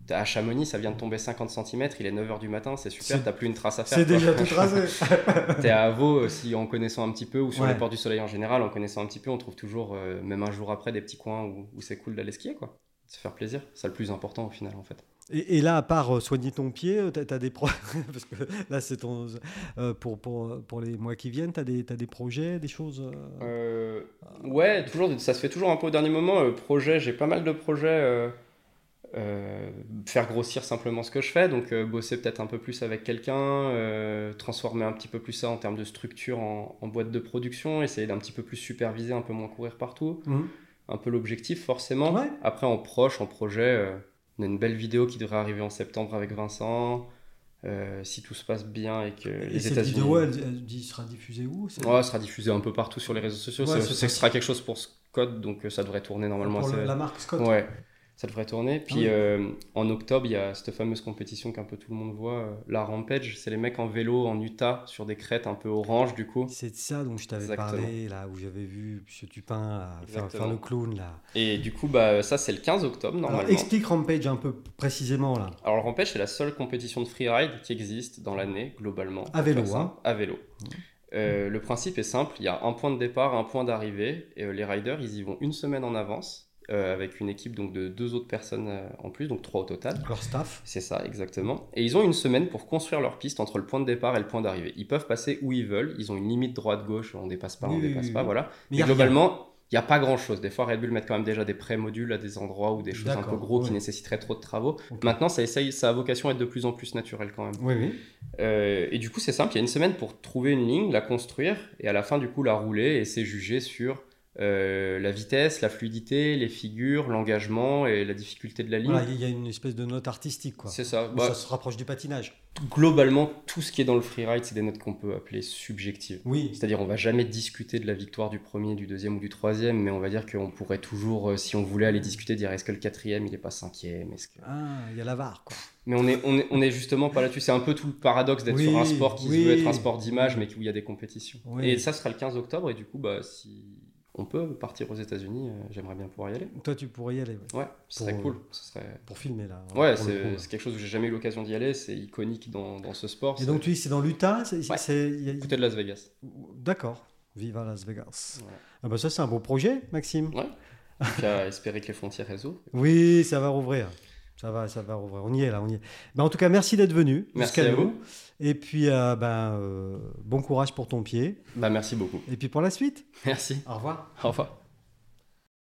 [SPEAKER 2] t'as- à Chamonix, ça vient de tomber 50 cm, il est 9h du matin, c'est
[SPEAKER 1] C'est-
[SPEAKER 2] super, t'as plus une trace à faire.
[SPEAKER 1] C'est
[SPEAKER 2] quoi.
[SPEAKER 1] déjà tout tracé.
[SPEAKER 2] (laughs) T'es à Avaux, euh, si en connaissant un petit peu, ou sur
[SPEAKER 1] Ouais.
[SPEAKER 2] les portes du soleil en général, en connaissant un petit peu, on trouve toujours, euh, même un jour après, des petits coins où, où c'est cool d'aller skier, quoi. Se faire plaisir, c'est ça le plus important au final en fait.
[SPEAKER 1] Et, et là, à part euh, soigner ton pied, euh, t'as, t'as des pro... (laughs) parce que là, c'est ton euh, pour, pour pour les mois qui viennent, t'as des t'as des projets, des choses. euh,
[SPEAKER 2] Euh, ouais, toujours, ça se fait toujours un peu au dernier moment. Euh, projet, j'ai pas mal de projets. euh, euh, faire grossir simplement ce que je fais, donc euh, bosser peut-être un peu plus avec quelqu'un, euh, transformer un petit peu plus ça en termes de structure en, en boîte de production, essayer d'un petit peu plus superviser, un peu moins courir partout.
[SPEAKER 1] Mhm.
[SPEAKER 2] Un peu l'objectif, forcément.
[SPEAKER 1] Ouais.
[SPEAKER 2] Après, en proche, en projet, euh, on a une belle vidéo qui devrait arriver en septembre avec Vincent. Euh, si tout se passe bien et que
[SPEAKER 1] et
[SPEAKER 2] Euh, les
[SPEAKER 1] cette
[SPEAKER 2] États-Unis.
[SPEAKER 1] vidéo, elle, elle dit- sera diffusée où c'est-
[SPEAKER 2] Ouais, ça sera diffusé un peu partout sur les réseaux sociaux.
[SPEAKER 1] Ouais,
[SPEAKER 2] C'est-
[SPEAKER 1] c'est
[SPEAKER 2] c'est- ce sera quelque chose pour Scott, donc euh, ça devrait tourner normalement.
[SPEAKER 1] Pour le-
[SPEAKER 2] assez-
[SPEAKER 1] la marque Scott.
[SPEAKER 2] Ouais, ça devrait tourner. Puis
[SPEAKER 1] Ah oui.
[SPEAKER 2] euh, en octobre, il y a cette fameuse compétition qu'un peu tout le monde voit, euh, la Rampage. C'est les mecs en vélo en Utah sur des crêtes un peu orange du coup.
[SPEAKER 1] C'est de ça dont je t'avais
[SPEAKER 2] Exactement.
[SPEAKER 1] parlé là où j'avais vu ce Tupin là, faire,
[SPEAKER 2] Exactement.
[SPEAKER 1] faire le clown là.
[SPEAKER 2] Et du coup, bah ça c'est le 15 octobre
[SPEAKER 1] Alors,
[SPEAKER 2] normalement.
[SPEAKER 1] explique Rampage un peu précisément là.
[SPEAKER 2] Alors, le Rampage, c'est la seule compétition de freeride qui existe dans l'année, globalement.
[SPEAKER 1] À vélo,
[SPEAKER 2] Comme ça,
[SPEAKER 1] hein.
[SPEAKER 2] À vélo. Euh, le principe est simple, il y a un point de départ, un point d'arrivée, et euh, les riders, ils y vont une semaine en avance, euh, avec une équipe donc, de deux autres personnes euh, en plus, donc trois au total.
[SPEAKER 1] Leur staff.
[SPEAKER 2] C'est ça, exactement. Et ils ont une semaine pour construire leur piste entre le point de départ et le point d'arrivée. Ils peuvent passer où ils veulent, ils ont une limite droite-gauche, on dépasse pas,
[SPEAKER 1] Oui,
[SPEAKER 2] on
[SPEAKER 1] oui,
[SPEAKER 2] dépasse
[SPEAKER 1] oui,
[SPEAKER 2] pas,
[SPEAKER 1] oui.
[SPEAKER 2] voilà.
[SPEAKER 1] Mais
[SPEAKER 2] Mais
[SPEAKER 1] y a rien.
[SPEAKER 2] globalement, il n'y a pas grand-chose. Des fois, Red Bull mettent quand même déjà des pré-modules à des endroits ou des choses un peu
[SPEAKER 1] D'accord,
[SPEAKER 2] gros qui
[SPEAKER 1] ouais.
[SPEAKER 2] nécessiteraient trop de travaux.
[SPEAKER 1] Ok.
[SPEAKER 2] Maintenant, ça, essaye, ça a vocation à être de plus en plus naturel quand même.
[SPEAKER 1] Oui, oui.
[SPEAKER 2] Euh, et du coup, c'est simple, il y a une semaine pour trouver une ligne, la construire, et à la fin, du coup, la rouler, et c'est jugé sur euh, la vitesse, la fluidité, les figures, l'engagement et la difficulté de la ligne.
[SPEAKER 1] Voilà, il y a une espèce de note artistique quoi.
[SPEAKER 2] c'est ça.
[SPEAKER 1] Où
[SPEAKER 2] Bah,
[SPEAKER 1] Ça se rapproche du patinage.
[SPEAKER 2] globalement, tout ce qui est dans le freeride, c'est des notes qu'on peut appeler subjectives.
[SPEAKER 1] Oui.
[SPEAKER 2] C'est-à-dire, on va jamais discuter de la victoire du premier, du deuxième ou du troisième, mais on va dire qu'on pourrait toujours, euh, si on voulait aller discuter, dire est-ce que le quatrième, il n'est pas cinquième est-ce
[SPEAKER 1] (laughs)
[SPEAKER 2] que...
[SPEAKER 1] Ah, il y a l'avare quoi.
[SPEAKER 2] Mais on est, on, est, on est justement pas là-dessus. C'est un peu tout le paradoxe d'être
[SPEAKER 1] Oui,
[SPEAKER 2] sur un sport qui
[SPEAKER 1] oui.
[SPEAKER 2] veut être un sport d'image, mais qui- où il y a des compétitions.
[SPEAKER 1] Oui.
[SPEAKER 2] Et ça sera le 15 octobre, et du coup, bah, si on peut partir aux États-Unis, euh, j'aimerais bien pouvoir y aller.
[SPEAKER 1] Toi, tu pourrais y aller ouais,
[SPEAKER 2] Ouais, ce serait
[SPEAKER 1] Pour-
[SPEAKER 2] cool. Ce serait...
[SPEAKER 1] pour filmer là. hein,
[SPEAKER 2] Ouais,
[SPEAKER 1] pour le coup,
[SPEAKER 2] c'est
[SPEAKER 1] là.
[SPEAKER 2] c'est quelque chose où j'ai jamais eu l'occasion d'y aller. C'est iconique dans, dans ce sport.
[SPEAKER 1] Et
[SPEAKER 2] c'est
[SPEAKER 1] donc tu dis que c'est dans l'Utah c'est- c'est-
[SPEAKER 2] Ouais.
[SPEAKER 1] c'est- il y a-
[SPEAKER 2] à côté de Las Vegas.
[SPEAKER 1] D'accord. Viva Las Vegas.
[SPEAKER 2] Voilà.
[SPEAKER 1] Ah bah ça c'est un beau projet, Maxime.
[SPEAKER 2] qu'à (laughs) espérer que les frontières elles ouvrent.
[SPEAKER 1] Oui, ça va rouvrir. Ça va, ça va rouvrir. On y est là, on y est. Bah, en tout cas, merci d'être venu.
[SPEAKER 2] Merci
[SPEAKER 1] jusqu'à
[SPEAKER 2] à
[SPEAKER 1] nous.
[SPEAKER 2] vous.
[SPEAKER 1] Et puis, euh, ben, euh, bon courage pour ton pied.
[SPEAKER 2] Bah, merci beaucoup. (laughs)
[SPEAKER 1] Et puis pour la suite.
[SPEAKER 2] Merci.
[SPEAKER 1] Au revoir.
[SPEAKER 2] Au revoir.